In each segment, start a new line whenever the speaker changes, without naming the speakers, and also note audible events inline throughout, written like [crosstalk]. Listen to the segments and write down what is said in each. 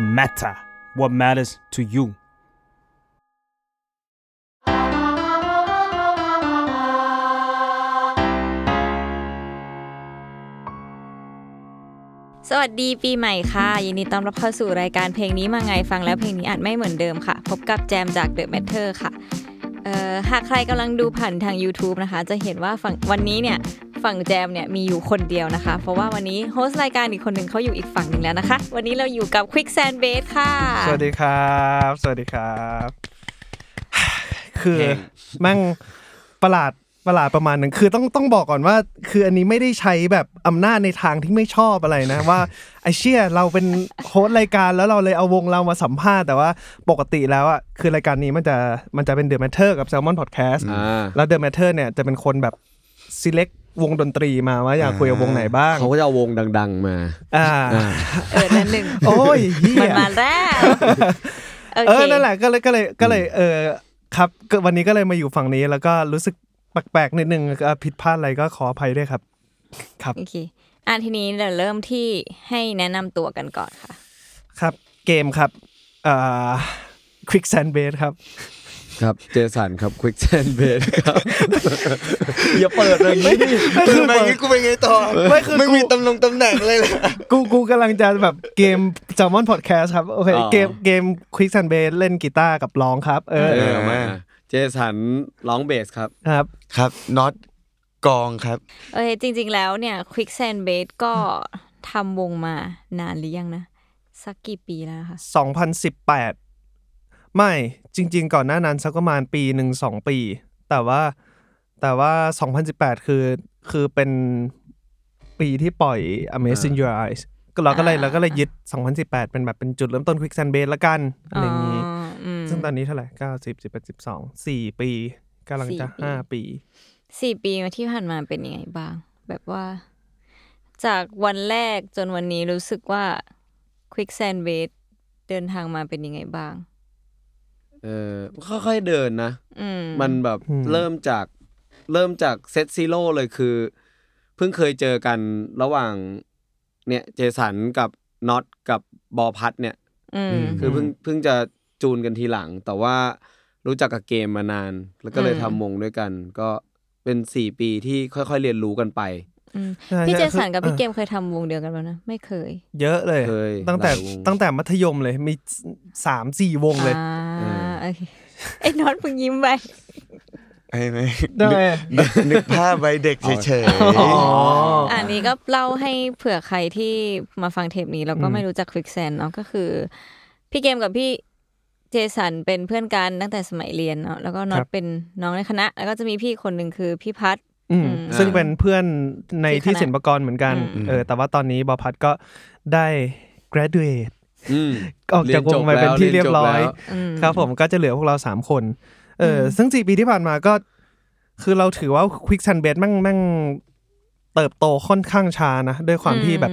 matter what matters to you
สวัสดีปีใหม่ค่ะ ยินดีต้อนรับเข้าสู่รายการเพลงนี้มาไงฟังแล้วเพลงนี้อาจไม่เหมือนเดิมค่ะ พบกับแจมจาก The Matter ค่ะเอ่อหากใครกำลังดูผ่านทาง YouTube นะคะ จะเห็นว่าฝั่งวันนี้เนี่ย ฝั่งแจมเนี่ยมีอยู่คนเดียวนะคะ เพราะว่าวันนี้โฮสต์รายการอีกคนหนึ่งเขาอยู่อีกฝั่งหนึ่งแล้วนะคะ วันนี้เราอยู่กับ Quick Sand Base ค่ะ
สวัสดีครับ สวัสดีครับ [sighs] คือ
เฮ้ย
แมั่งประหลาดประหลาดประมาณหนึ่งคือต้องต้องบอกก่อนว่า คืออันนี้ไม่ได้ใช้แบบอำนาจในทางที่ไม่ชอบอะไรนะ ว่าไอเชี่ยเราเป็นโฮสต์รายการแล้วเราเลยเอาวงเรามาสัมภาษณ์แต่ว่าปกติแล้วอ่ะคือรายการนี้มันจะมันจะเป็นเดอะแมทเทอร์กับแซลมอนพอดแคสต์
อ่า
แล้วเดอะแมทเทอร์เนี่ยจะเป็นคนแบบ select วงดนตรีมาว่าอยากคุยกับวงไหนบ้าง
เขาก็จะเอาวงดัง ๆ มา
อ่า
อ่า
เออนั่นหนึ่ง
โอ้ยเหี้ย
มันมาแล้วโอ
เอ
เค
อ นั่นแหละ ก็เลย ก็เลย ก็เลย เออ ครับก็วันนี้ก็เลยมาอยู่ฝั่งนี้ แล้วก็รู้สึกแปลกๆนิดนึงเอ่อผิดพลาดอะไรก็ขออภัยด้วยครับ
โอเคอ่ะทีนี้เราเริ่มที่ให้แนะนำตัวกันก่อนค่ะ
ครับ เกมครับ เอ่อ quick sand base ครับ
ครับเจสันครับควิกแซนเบดครับ อย่าเปิดอย่างนี้ดิ
ไม่คือแบบ
กูเป็นไงต่อ
ไม่คือ
ไม่
กู
มีตำแหน่งตำแหน่งเลยเลย
[laughs] กูกูกำลังจะแบบเกม Salmon Podcast ครับ โอเค เกม เกม quick sand base เล่นกีตาร์กับร้องครับ เออ
เออมาเจสันร้องเบสครับ
ครับ
ครับน็อตกองครับ
โอเค จริง ๆ แล้วเนี่ย Quick Sand Base ก็ทำวงมานานหรือยังนะ สักกี่ปีแล้วคะ
2018 ไม่จริง ๆ ก่อนหน้านั้นสักประมาณปีหนึ่งสองปี แต่ว่าแต่ว่า 2018 คือคือเป็นปีที่ปล่อย Amazing Your Eyes ก็เราก็เลยเราก็เลยยึด 2018 เป็นแบบเป็นจุดเริ่มต้น Quick Sand Base ละกันอะไรอย่างนี้
ออืม
ซึ่งตอนนี้เท่าไหร่ 9 10 11 12 4 ปีกำลังจะ
สี่ปี
5 ปี
สี่ปีมาที่ผ่านมาเป็นยังไงบ้าง แบบว่า จากวันแรกจนวันนี้รู้สึกว่า Quick Sand Base เดินทางมาเป็นยังไงบ้าง
เออค่อยๆเดินนะ
อืม
มันแบบ
อืม
เริ่มจากเริ่มจากเซตซีโร่เลยคือ เพิ่งเคยเจอกันระหว่างเนี่ยเจสันกับน็อตกับบอพัทเนี่ย
อืม
คือเพิ่งเพิ่งจะจูนกันทีหลัง แต่ว่ารู้จักกับเกมมานาน แล้วก็เลย
อืม
ทำวงด้วยกัน ก็เป็นสี่ปีที่ค่อยๆเรียนรู้กันไป
อืม
ใช่
พี่เจ
ใช่
สันกับพี่
ออ
เกมเคยทำวงเดียวกันแล้วนะ ไม่เคย
เยอะเลย
เคย
ตั้งแต่
หลายวง
ตั้งแต่มัธยมเลยมี 3 4 วงเลย
อ่าโอเคไอ้น็อตเพิ่งยิ้มไป
ไอ้ไหม
ได้ไหม
นึกนึกภาพไว้เด็กเฉย
อ๋อ
อันนี้ก็เล่าให้เผื่อใครที่มาฟังเทปนี้แล้วก็
อืม
ไม่รู้จักควิกแซนเนาะก็คือ พี่เกมกับพี่เจสันเป็นเพื่อนกันตั้งแต่สมัยเรียนเนาะแล้วก็น็อตเป็นน้องในคณะ แล้วก็จะมีพี่คนหนึ่งคือพี่พัท
อืม
อืม
ซึ่งเป็นเพื่อนใน
ที่
ที่
คณะ
ศิลปากรเหมือนกัน
อืม
เออ แต่ว่าตอนนี้บอพัดก็ได้ graduate
อืม
ออกจากวงมาเป็นที่เรียบร้อย
อืม
ครับผมก็จะเหลือพวกเรา 3 คน เอออ
ม
ซึ่งสี่ปีที่ผ่านมาก็ คือเราถือว่า Quick s u n b a s แม่งแม่งเติบโตค่อนข้างช้านะ ด้วยความที่แบบ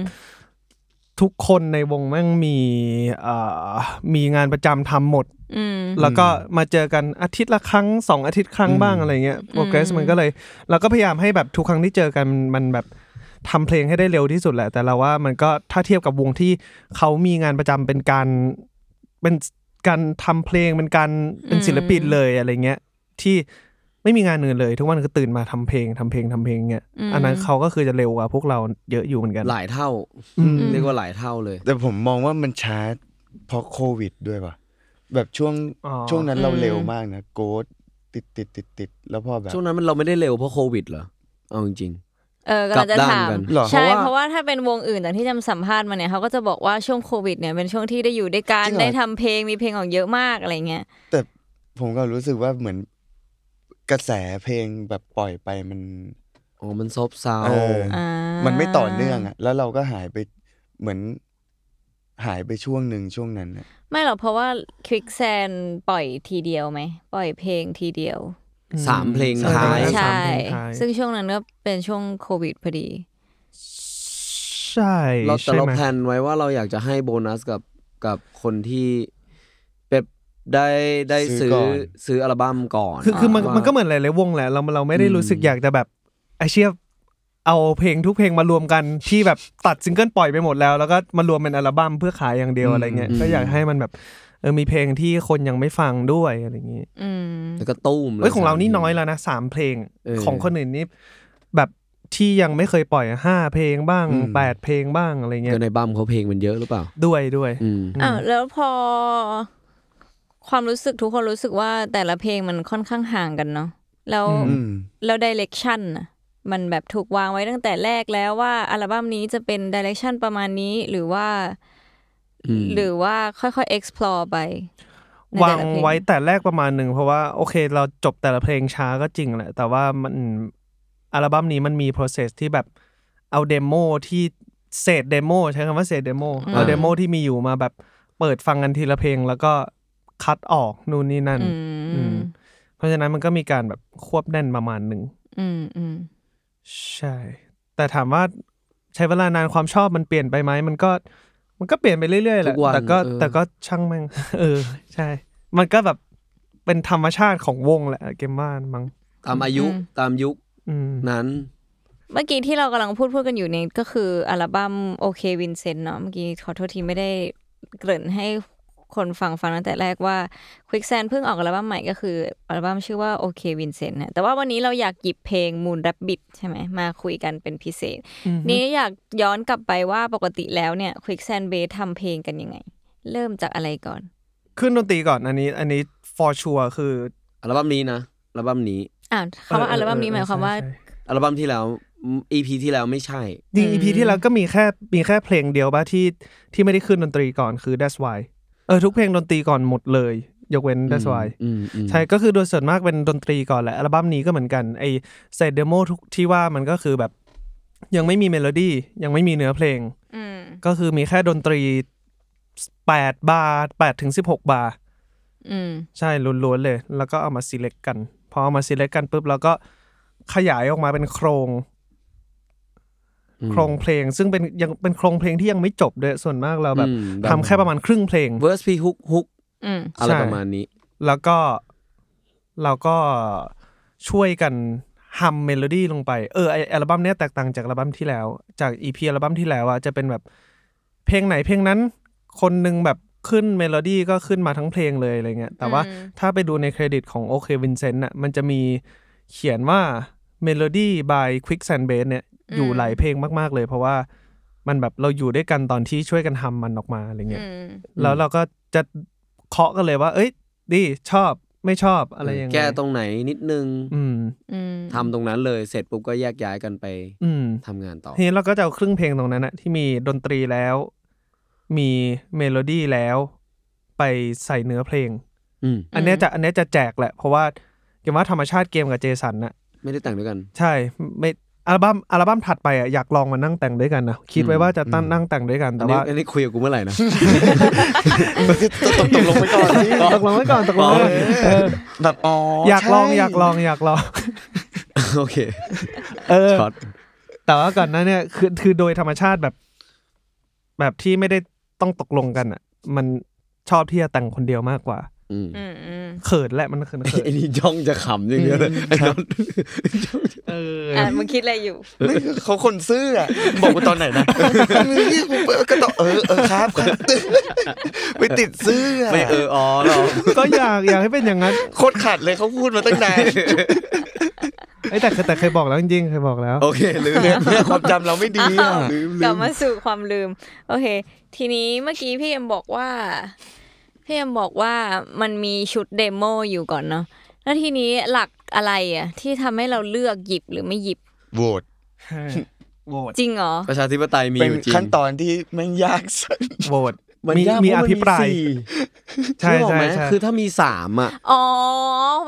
ทุกคนในวงแม่งมีเอ่อมีงานประจำทำหมด
อืม
แล้วก็มาเจอกันอาทิตย์ละครั้งสองอาทิตย์ครั้งบ้างอะไรเงี้ยโปรเกรสมันก็เลยเราก็พยายามให้แบบทุกครั้งที่เจอกันมันแบบทำเพลงให้ได้เร็วที่สุดแหละ แต่เราว่ามันก็ถ้าเทียบกับวงที่เขามีงานประจำเป็นการเป็นการทำเพลงเป็นการเป็นศิลปินเลยอะไรเงี้ยที่ไม่มีงานอื่นเลย ทุกวันคือตื่นมาทำเพลงทำเพลงทำเพลงเงี้ย
อืม
อันนั้นเขาก็คือจะเร็วกว่าพวกเราเยอะอยู่เหมือนกัน
หลายเท่า
อืม
เรียกว่าหลายเท่าเลย
ๆ แต่ผมมองว่ามันช้าเพราะโควิดด้วยป่ะ แบบช่วง
อ๋อ
ช่วงนั้นเรา
อืม
เร็วมากนะ โกดติดติดติดติดแล้วพอแบบ
ช่วงนั้นมันเราไม่ได้เร็วเพราะโควิดเหรอ เอาจริง
เออกำลังจะ
กลับด้าน
ถาม
กัน
เหรอ
ใช่
เพราะว่า
เพราะว่าถ้าเป็นวงอื่นจากที่จำสัมภาษณ์มาเนี่ยเขาก็จะบอกว่าช่วงโควิดเนี่ยเป็นช่วงที่ได้อยู่ด้วยกัน
จริงเหรอ
ได้ทำเพลงมีเพลงออกเยอะมากอะไรเงี้ย
แต่ผมก็รู้สึกว่าเหมือนกระแสเพลงแบบปล่อยไปมัน
ๆ อ๋อ มันซบเซา
เออ
อ่ามั
มันไม่ต่อเนื่องอะแล้วเราก็หายไปเหมือนหายไปช่วงหนึ่งช่วงนั้นอะ
ไม่หรอกเพราะว่าควิกแซนปล่อยทีเดียวไหมปล่อยเพลงทีเดียว
สามเพลงท้าย
ใช่
สามเพลงท้าย
ซึ่งช่วงนั้นก็เป็นช่วงโควิดพอดี
ใช่
เราแต่
ใช่
เรา
ไหม
แพลนไว้ว่าเราอยากจะให้โบนัสกับกับคนที่แบบได้ได้ซื้อซื้ออัลบั้มก่อน
คือคือมัน
ว่า
มันก็เหมือนหลายๆวงแหละเราเราไม่ได้
อืม
รู้สึกอยากจะแบบไอเชีย เอาเพลงทุกเพลงมารวมกันที่แบบตัดซิงเกิลปล่อยไปหมดแล้ว แล้วก็มารวมเป็นอัลบั้มเพื่อขายอย่างเดียว
อืม
อะไรเงี้ย
อืม
ก็อยากให้มันแบบเออมีเพลงที่คนยังไม่ฟังด้วยอะไรอย่างงี้
อืม
แล้วก็ตุ้มล
เอ้ยของเรานี่น้อยแล้วนะสามเพลง
เออ
ของคนอื่นนี่แบบที่ยังไม่เคยปล่อยอะห้าเพลงบ้าง
อืม
แปดเพลงบ้างอะไรเงี้ย
ก็ในบัมเขาเพลงมันเยอะหรือเปล่า
ด้วยด้วย
อืม
อ้าวแล้วพอ ความรู้สึกทุกคนรู้สึกว่าแต่ละเพลงมันค่อนข้างห่างกันเนาะแล้ว
อืม
แล้วดิเรกชันมันแบบถูกวางไว้ตั้งแต่แรกแล้วว่าอัลบั้มนี้จะเป็นดิเรกชันประมาณนี้หรือว่า
อืม
หรือว่าค่อยๆ explore ไปใน
วา
แต่
ง
ละเพล
ไว้แต่แรกประมาณหนึ่งเพราะว่าโอเคเราจบแต่ละเพลงช้าก็จริงแหละแต่ว่ามันอัลบั้มนี้มันมี process ที่แบบเอาเดโมที่เศษเดโมใช้คำว่าเศษเดโมเอา
อ่า
เดโมที่มีอยู่มาแบบเปิดฟังกันทีละเพลงแล้วก็คัดออกนู่นนี่นั่น
อื
อื
ม
ม เพราะฉะนั้นมันก็มีการแบบควบแน่นประมาณหนึ่ง
อืมอืม
ใช่ แต่ถามว่าใช้เวลานานความชอบมันเปลี่ยนไปไหมมันก็ มันก็เปลี่ยนไปเรื่อยๆแหละ
ทุกวัน
แต่ก็
เออ
แต่ก็ช่างแม่ [laughs] ง เออ ใช่ มันก็แบบเป็นธรรมชาติของวงแหละเกมบ้านมั้ง
ตามอายุ
อืม
ตามยุค
อืม
นั้น
เมื่อกี้ที่เรากำลังพูดพูดกันอยู่เนี่ยก็คืออัลบั้มโอเควินเซนต์เนาะเมื่อกี้ขอโทษทีไม่ได้เกริ่นให้คนฟังฟังตั้งแต่แรกว่า Quicksand เพิ่งออกอัลบั้มใหม่ก็คืออัลบั้มชื่อว่าโอเควินเซนต์นะแต่ว่าวันนี้เราอยากหยิบเพลง Moon Rabbit ใช่ไหมมาคุยกันเป็นพิเศษ
อือฮึ
นี่อยากย้อนกลับไปว่าปกติแล้วเนี่ย Quicksand Bay ทำเพลงกันยังไง เริ่มจากอะไรก่อน
ขึ้นดนตรีก่อนอันนี้ อันนี้ for sure คือ
อัลบั้มนี้นะอัลบั้มนี้
อ่าวคำว่าอัลบั้มนี้หมายความว่า
อัลบั้มที่แล้วอีพีที่แล้วไม่ใช่
จริง EP ที่แล้วก็มีแค่มีแค่เพลงเดียวป่ะที่ที่ไม่ได้ขึ้นดนตรีก่อนคือ that's why เออทุกเพลงดนตรีก่อนหมดเลย ยกเว้น that's why
อืมอืม
ใช่ก็คือโดยส่วนมากเป็นดนตรีก่อนแหละอัลบั้มนี้ก็เหมือนกันไอเซตเดโมทุกที่ว่ามันก็คือแบบ ยังไม่มีเมโลดี้ยังไม่มีเนื้อเพลง
อืม
ก็คือมีแค่ดนตรี 8 บาร์8ถึง16 บาร์
อืม
ใช่ล้วนๆเลย แล้วก็เอามา select กัน พอเอามา select กันปุ๊บแล้วก็ขยายออกมาเป็นโครง
อืม
โครงเพลง ซึ่งเป็นยังเป็นโครงเพลงที่ยังไม่จบด้วยส่วนมากเราแบบ
อืม
ทำแค่ประมาณครึ่งเพลง
เวอร์สพีฮุกฮุก
อืม
อะไร
ใช่
ประมาณนี้
แล้วก็เราก็ช่วยกันฮัมเมโลดี้ลงไป เออไออัลบั้มเนี้ยแตกต่างจากอัลบั้มที่แล้ว จากอีพีอัลบั้มที่แล้วอะจะเป็นแบบเพลงไหนเพลงนั้น คนหนึ่งแบบขึ้นเมโลดี้ก็ขึ้นมาทั้งเพลงเลยอะไรเงี้ยแต่ว่า
อืม
ถ้าไปดูในเครดิตของโอเควินเซนต์น่ะมันจะมีเขียนว่าเมโลดี้ by Quick Sand b a s เนี่ยอยู่หลายเพลงมากๆเลย เพราะว่ามันแบบเราอยู่ด้วยกันตอนที่ช่วยกันทำมันออกมาอะไรเงี้ย
อืม
แล้วเราก็จะเคาะกันเลยว่า เอ้ย ดี ชอบ ไม่ชอบ อะไรยังไง
แก้ตรงไหนนิดนึง
อืม
อืม
ทำตรงนั้นเลยเสร็จปุ๊บก็แยกย้ายกันไป
อืม
ทำงานต่อ
ทีนี้เราก็จะเอาครึ่งเพลงตรงนั้นนะที่มีดนตรีแล้ว มีเมโลดี้แล้ว ไปใส่เนื้อเพลง
อืม
อันเนี้ยจะ อันเนี้ยจะแจกแหละ เพราะว่าเกมว่าธรรมชาติเกมกับเจสันน่ะ
ไม่ได้แต่งด้วยกัน
ใช่ ไม่ อัลบั้ม อัลบั้มถัดไปอ่ะ อยากลองมานั่งแต่งด้วยกันนะ คิดไว้ว่าจะตั้งนั่งแต่งด้วยกัน
อั
แต่
นนี้
ว่า
อันนี้คุยกับกูเมื่อไหร่
[laughs]
นะ
ตกตกลงไปก่อนสิ
ตกลงไว้ก่อนตกลงไว้ก่อนเออ
แบบอ๋อ
อยากลอง
ใช่
อยากลอง อยากลอง
โอเค
เออ
ช็อต
แต่ว่าก่อนหน้าเนี่ยคือคือโดยธรรมชาติแบบ แบบที่ไม่ได้ต้องตกลงกันอ่ะ มันชอบที่จะแต่งคนเดียวมากกว่า
อืม
อืมอืม
เขินแหละมันเขินเขิน
ไอ้นี่จ้องจะขำอย่างเดียวเลยไอ้น็อต
อ่ะมึงคิดอะไรอยู่
ไม่เขาคนซื่ออะบอกกูตอนไหนนะมึงเรียกกูเปิดก็ต้องเออเออครับครับไปติดซื่ออะ
ไม่เอออ๋อหรอ
ก็อยากอยากให้เป็นอย่างนั้น
โคตรขัดเลยเขาพูดมาตั้งนาน
ไอ้ยแต่แต่แต่เคยบอกแล้วจริงๆเคยบอกแล้ว
โอเคลืม
[laughs]
เนี่ยเนี่ยความจำเราไม่ดีอะ
ลืม
ก
ลื
ลับ
ม
มาสู่ความลืม โอเค ทีนี้เมื่อกี้พี่เอ็มบอกว่า พี่เอ็มบอกว่ามันมีชุดเดโมอยู่ก่อนเนาะแล้วทีนี้หลักอะไรอ่ะ ที่ทำให้เราเลือกหยิบหรือไม่หยิบ
โหวต
โหวต
จริงเหรอ
ประชาธิปไตยมี
เป็
อ
น
ยู่จริง
ขั้นตอนที่แม่งยากสัส
โหวต
น
มี
ยาก
มี
เพ
อ
ระน
ภิปราย
สี่
ใช่
นึกออก
ใช่
ไหม
ใช่
คือถ้ามีสามอ่ะ
อ๋อ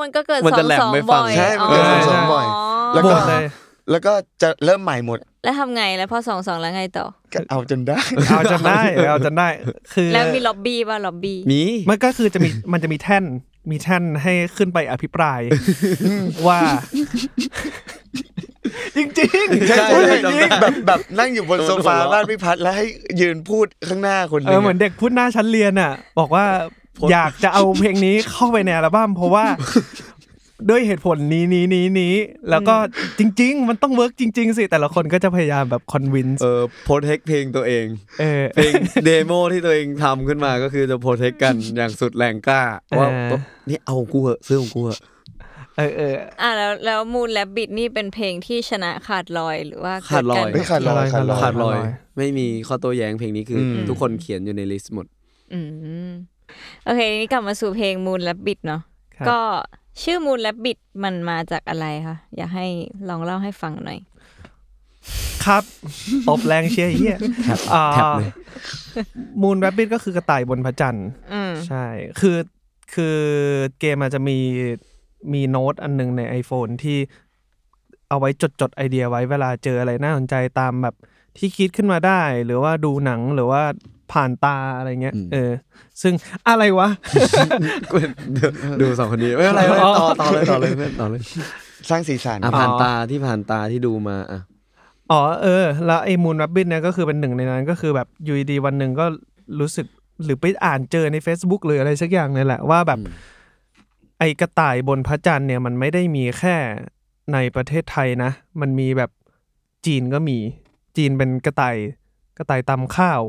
มันก็เกิด
มัน
สอ
จะ
ง
แหลม
สอง
ไปฝั่
บ่
ง
อย
ใช่มันเกิดสองสองบ่อย แล้ว
โหว
ก็
ตเลย
แล้วก็จะเริ่มใหม่หมด
แล้วทำไงแล้วพอสองสองแล้วไงต่อ
ก็เอาจนได้
เอาจนได้เอาจนได้ คือ
แล้วมีล็อบบี้ป่ะล็อบบี้
มี
มันก็คือจะมีมันจะมีแท่นมีแท่นให้ขึ้นไปอภิปรายว่า จริงๆ
ใช่
ใช่
ใช่
ใช่
ใช่
จำได้
แบบแบบนั่งอยู่บนโซฟา
เออ
บ้านพี่พัดแล้วให้ยืนพูดข้างหน้าคนห
เอ
นึ่
อง เหมือนเด็กพูดหน้าชั้นเรียนอ่ะ บอกว่า
โพสต์ [laughs]
อยากจะเอาเพลงนี้เข้าไปในอัลบั้มเพราะว่า ด้วยเหตุผลนี้นี้นี้นี้แล้วก็จริง ๆ มันต้องเวิร์กจริง ๆ สิ แต่ละคนก็จะพยายามแบบคอนวินส์
เออโปรเทคเพลงตัวเอง
เออ
เพลงเดโมที่ตัวเองทำขึ้นมาก็คือจะโปรเทค [laughs] กันอย่างสุดแรงกล้าว่า
เออ
นี่เอาของกูเหอะซื้อของกูเหอะ
เออเออ
อ่ะแล้วแล้วมูนและบิดนี่เป็นเพลงที่ชนะขาดลอยหรือว่า
ขาดลอย
เกิ
ไม่
กัน
ขาดลอยขาดลอย
ขา
ขาดลอย
ดลอย
ไม่มีข้อโต้แย้งเพลงนี้คืออ
ม
ทุกคนเขียนอยู่ในลิสต์หมด
อืมโอเคทีนี้กลับมาสู่เพลงมูนและบิดเนาะ
ครับ
ก็ชื่อมูนและบิดมันมาจากอะไรคะอยากให้ลองเล่าให้ฟังหน่อย
ครับ [laughs] ตบแรงเชียร์ไอ้เฮียอ่า
แท็บ [laughs] เลย
มูนแรบบิทก็คือกระต่ายบนพระจันทร์
อืม
ใช่ คือคือเกมอาจจะมีมีโน้ตอันหนึงใน iPhone ที่เอาไว้จดจดไอเดียไว้เวลาเจออะไรน่าสนใจตามแบบที่คิดขึ้นมาได้ หรือว่าดูหนังหรือว่าผ่านตาอะไรเงี้ย
อืม
เออ ซึ่งอะไรวะ
กูดูสองคนนี้ไม่เป็นไรไม่เป็นไรต่อต่อเลยต่อเลยเพื่อนต่อเลย
สร้างสีสัน
อ่ะผ่านตาที่ผ่านตาที่ดูมาอ่ะ
อ๋อเออ แล้วไอ้มูนรับบินเนี่ยก็คือเป็นหนึ่งในนั้นก็คือแบบอยู่ดีๆวันหนึ่งก็รู้สึกหรือไปอ่านเจอใน Facebook หรืออะไรสักอย่างเนี่ยแหละว่าแบบ
อืม
ไอ้กระต่ายบนพระจันทร์เนี่ยมันไม่ได้มีแค่ในประเทศไทยนะ มันมีแบบจีนก็มี จีนเป็นกระต่ายกระต่ายตำข้าว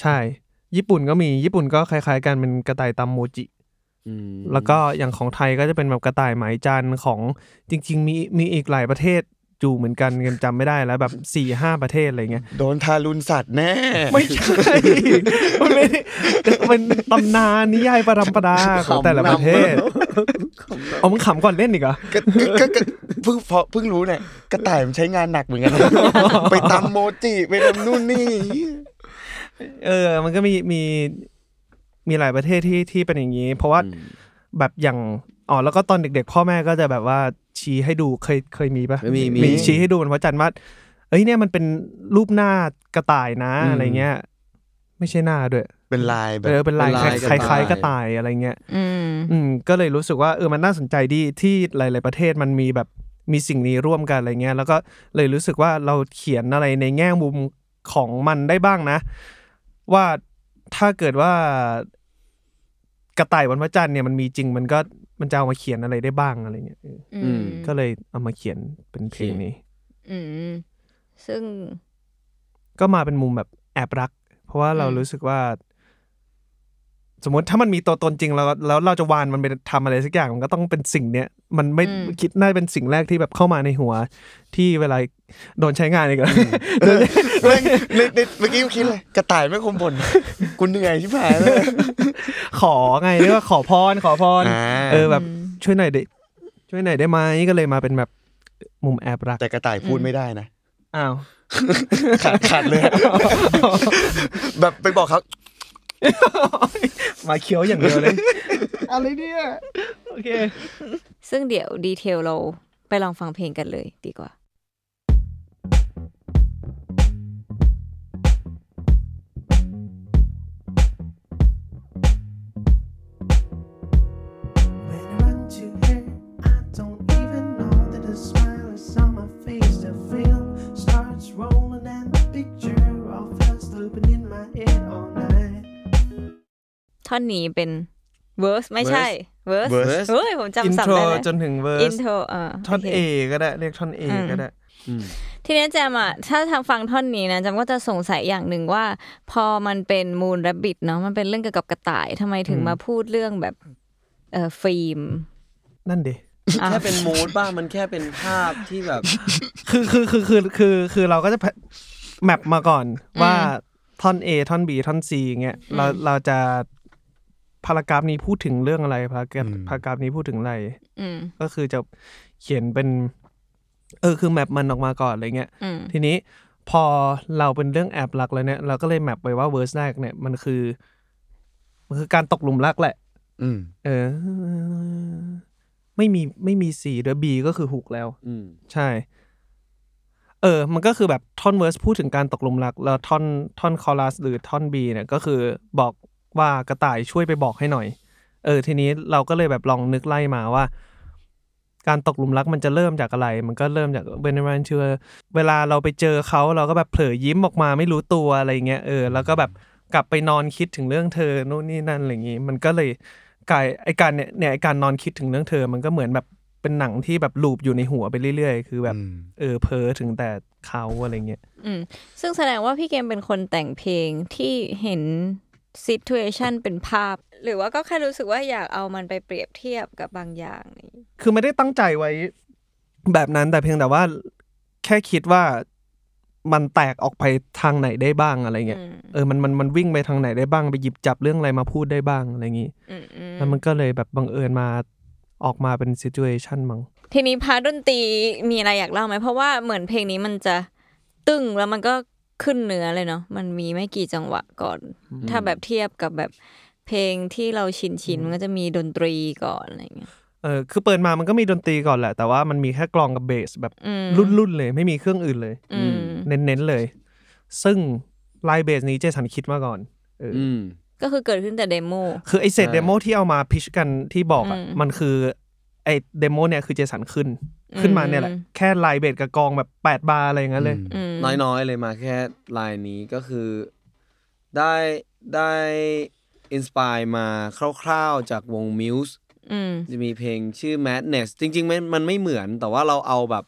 ใช่ ญี่ปุ่นก็มีญี่ปุ่นก็คล้ายๆกันเป็นกระต่ายตำโมจิ
อืม
แล้วก็อย่างของไทยก็จะเป็นแบบกระต่ายไหมจันทร์ของจริง ๆ มีมีอีกหลายประเทศอยู่เหมือนกันจำไม่ได้แล้วแบบ4ี่ห้าประเทศอะไรเงี้ย
โดนทารุณสัตว์แน่
[laughs] ไม่ใช่ มันไม่ได้เป็นตำนานนิยายประดำประดาของแต่ละประเทศ เอามึงขำก่อนเล่นอีกเหรอ
ก็ก็ก็เพิ่งพอเพิ่งรู้เนี่ยกระต่ายมันใช้งานหนักเหมือนกันนะ [laughs] ไปตำโมจิ ไปทำนู่นนี่
เออ มันก็มีมีมีหลายประเทศที่ที่เป็นอย่างนี้ เพราะว่า
อืม
แบบอย่างอ๋อแล้วก็ตอนเด็ก ๆ พ่อแม่ก็จะแบบว่าชี้ให้ดูเคยเคยมีปะ
มีมี
ชี้ให้ดูวันพระจันทร์ว่าเอ้ยเนี่ยมันเป็นรูปหน้ากระต่ายนะ
อืม
อะไรเงี้ย ไม่ใช่หน้าด้วย
เป็นลายแบ
เออบ เป็นลาย
เป็นลาย
คล้ายค
กระต่าย
ล้ายๆกระต่ายอะไรเงี้ย
อืม
อืมก็เลยรู้สึกว่าเออมันน่าสนใจดีที่หลาย ๆ ประเทศมันมีแบบมีสิ่งนี้ร่วมกันอะไรเงี้ย แล้วก็เลยรู้สึกว่าเราเขียนอะไรในแง่มุมของมันได้บ้างนะ ว่าถ้าเกิดว่ากระต่ายวันพระจันทร์เนี่ยมันมีจริงมันก็มันจะเอามาเขียนอะไรได้บ้างอะไรเงี้ยเออ
อื
อื
ม
ม
ก็เลยเอามาเขียนเป็นเพลงนี้
อืมซึ่ง
ก็มาเป็นมุมแบบแอบรัก เพราะว่าเรา
อืม
รู้สึกว่า สมมติถ้ามันมีตัวตนจริงแล้วแล้วเราจะวานมันไปทำอะไรสักอย่างมันก็ต้องเป็นสิ่งเนี้ยมันไม่คิดน่าจะเป็นสิ่งแรกที่แบบเข้ามาในหัว ที่เวลาโดนใช้งานอีกแล้ว
แม่งในในเมื่อกี้คิดเลยกระต่ายไม่คมบ่นกูเหนื่อยชิบหายเลย
[laughs] ขอไงเรียกว่าขอพรขอพร
อ่า
เออแบบช่วยหน่อยได้ช่วยหน่อยได้ไหมก็เลยมาเป็นแบบมุมแอบรัก
แต่กระต่ายพูดไม่ได้นะ
อ้าว
ขาดขาดเลย [laughs] แบบไปบอกเขา
มาเคี้ยวอย่างเดียวเลย อะไรเนี่ยโอเค
ซึ่งเดี๋ยวดีเทลเราไปลองฟังเพลงกันเลยดีกว่า
When I run to her, I don't even know that the smile is on my face. The film starts rolling and the picture of us looping in my head all night.
ท่อนนี้เป็น verse ไม่ใช่ verse
Verse
เฮ้ย ผม
อิน
จำสับ
โทร
ได้แล้ว
จนถึงเวอร์ส
intro เอ่า
ท่อน
โค
เอก็ได้เรียกท่อนเอ
อืม
ก็ได้
อืม
ทีเนี้ยแจมอ่ะ ถ้าทางฟังท่อนนี้นะแจมก็จะสงสัยอย่างหนึ่งว่า พอมันเป็นมูน r รบบิ t เนาะมันเป็นเรื่องเกี่ยวกับกระต่ายทำไมถึง
อืม
มาพูดเรื่องแบบเอ่อฟิล์ม
นั่นดิ
อ่ะ
แค่เป็นมูดบ้างมันแค่เป็นภาพที่แบบ
คือคือคือคือคือคือเราก็จะแมปมาก่อนว่าท่อน A ท่อน B ท่อน C อย่างเงี้ยเราเราจะพารากราฟนี้พูดถึงเรื่องอะไรพารากราฟพารากราฟนี้พูดถึงอะไร
อืม
ก็คือจะเขียนเป็น เออคือแมปมันออกมาก่อนอะไรเงี้ย
อืม
ทีนี้พอเราเป็นเรื่องแอบรักแล้วเนี่ยเราก็เลยแมปไปว่าเวอร์สแรกเนี่ยมันคือมันคือการตกหลุมรักแหละ
อืม
เออ ไม่มีไม่มี C ด้วย B ก็คือหุกแล้ว
อืม
ใช่ เออ มันก็คือแบบท่อนเวอร์สพูดถึงการตกหลุมรัก แล้วท่อนท่อนคอรัสหรือท่อนบีเนี่ยก็คือบอกว่ากระต่ายช่วยไปบอกให้หน่อย เออ ทีนี้เราก็เลยแบบลองนึกไล่มาว่า การตกหลุมรักมันจะเริ่มจากอะไร มันก็เริ่มจากเบนรันเชเวลาเราไปเจอเขาเราก็แบบเผลอยิ้มออกมาไม่รู้ตัวอะไรเงี้ย เออ แล้วก็แบบกลับไปนอนคิดถึงเรื่องเธอนู่นนี่นั่นอะไรอย่างงี้ มันก็เลย กายไอการเนี่ยเนี่ยไอการนอนคิดถึงเรื่องเธอ มันก็เหมือนแบบเป็นหนังที่แบบลูปอยู่ในหัวไปเรื่อยๆ คือแบบ
อืม
เออเพ้อถึงแต่เขาอะไรเงี้ย
อืมซึ่งแสดงว่าพี่เกมเป็นคนแต่งเพลงที่เห็นซิทูเอชันเป็นภาพ หรือว่าก็แค่รู้สึกว่าอยากเอามันไปเปรียบเทียบกับบางอย่างนี่
คือไม่ได้ตั้งใจไว้แบบนั้นแต่เพียงแต่ว่าแค่คิดว่ามันแตกออกไปทางไหนได้บ้างอะไรเงี้ย
อืม
เออมันมันมันวิ่งไปทางไหนได้บ้างไปหยิบจับเรื่องอะไรมาพูดได้บ้างอะไรอย่างงี้
อืมอืม
แล้วมันก็เลยแบบบังเอิญมาออกมาเป็นซิ t u เ t ชันมั้ง
ทีนี้พาร์ทดนตรีมีอะไรอยากเล่าไหมเพราะว่าเหมือนเพลงนี้มันจะตึงแล้วมันก็ขึ้นเนื้อเลยเนาะมันมีไม่กี่จังหวะก่อน ถ้าแบบเทียบกับแบบเพลงที่เราชินชินๆมันก็จะมีดนตรีก่อนอะไรอย่างเงี้ย
เออคือเปิดมามันก็มีดนตรีก่อนแหละ แต่ว่ามันมีแค่กลองกับเบสแบบ
อืม
รุ่นๆเลย ไม่มีเครื่องอื่นเลย
อืม
เน้นๆเลย ซึ่งลายเบสนี้เจสันคิดมาก่อนเอออ
อืม
ก็คือเกิดขึ้นแต่เดโม
คือไอเศษ
ใช่
เดโมที่เอามาพิชกันที่บอกอ่ะ
อืม
มันคือไอเดโมเนี่ยคือเจสันขึ้น
อืม
ขึ้นมาเนี่ยแหละ แค่ลายเบสกับกองแบบ 8 บาร์อะไรอย่างเงี้ยเลย
อืม
น้อยๆเลยมาแค่ลายนี้ก็คือได้ได้อินสปายมาคร่าวๆจากวง Muse
อืม
จะมีเพลงชื่อ Madness จริงๆมันมันไม่เหมือน แต่ว่าเราเอาแบบ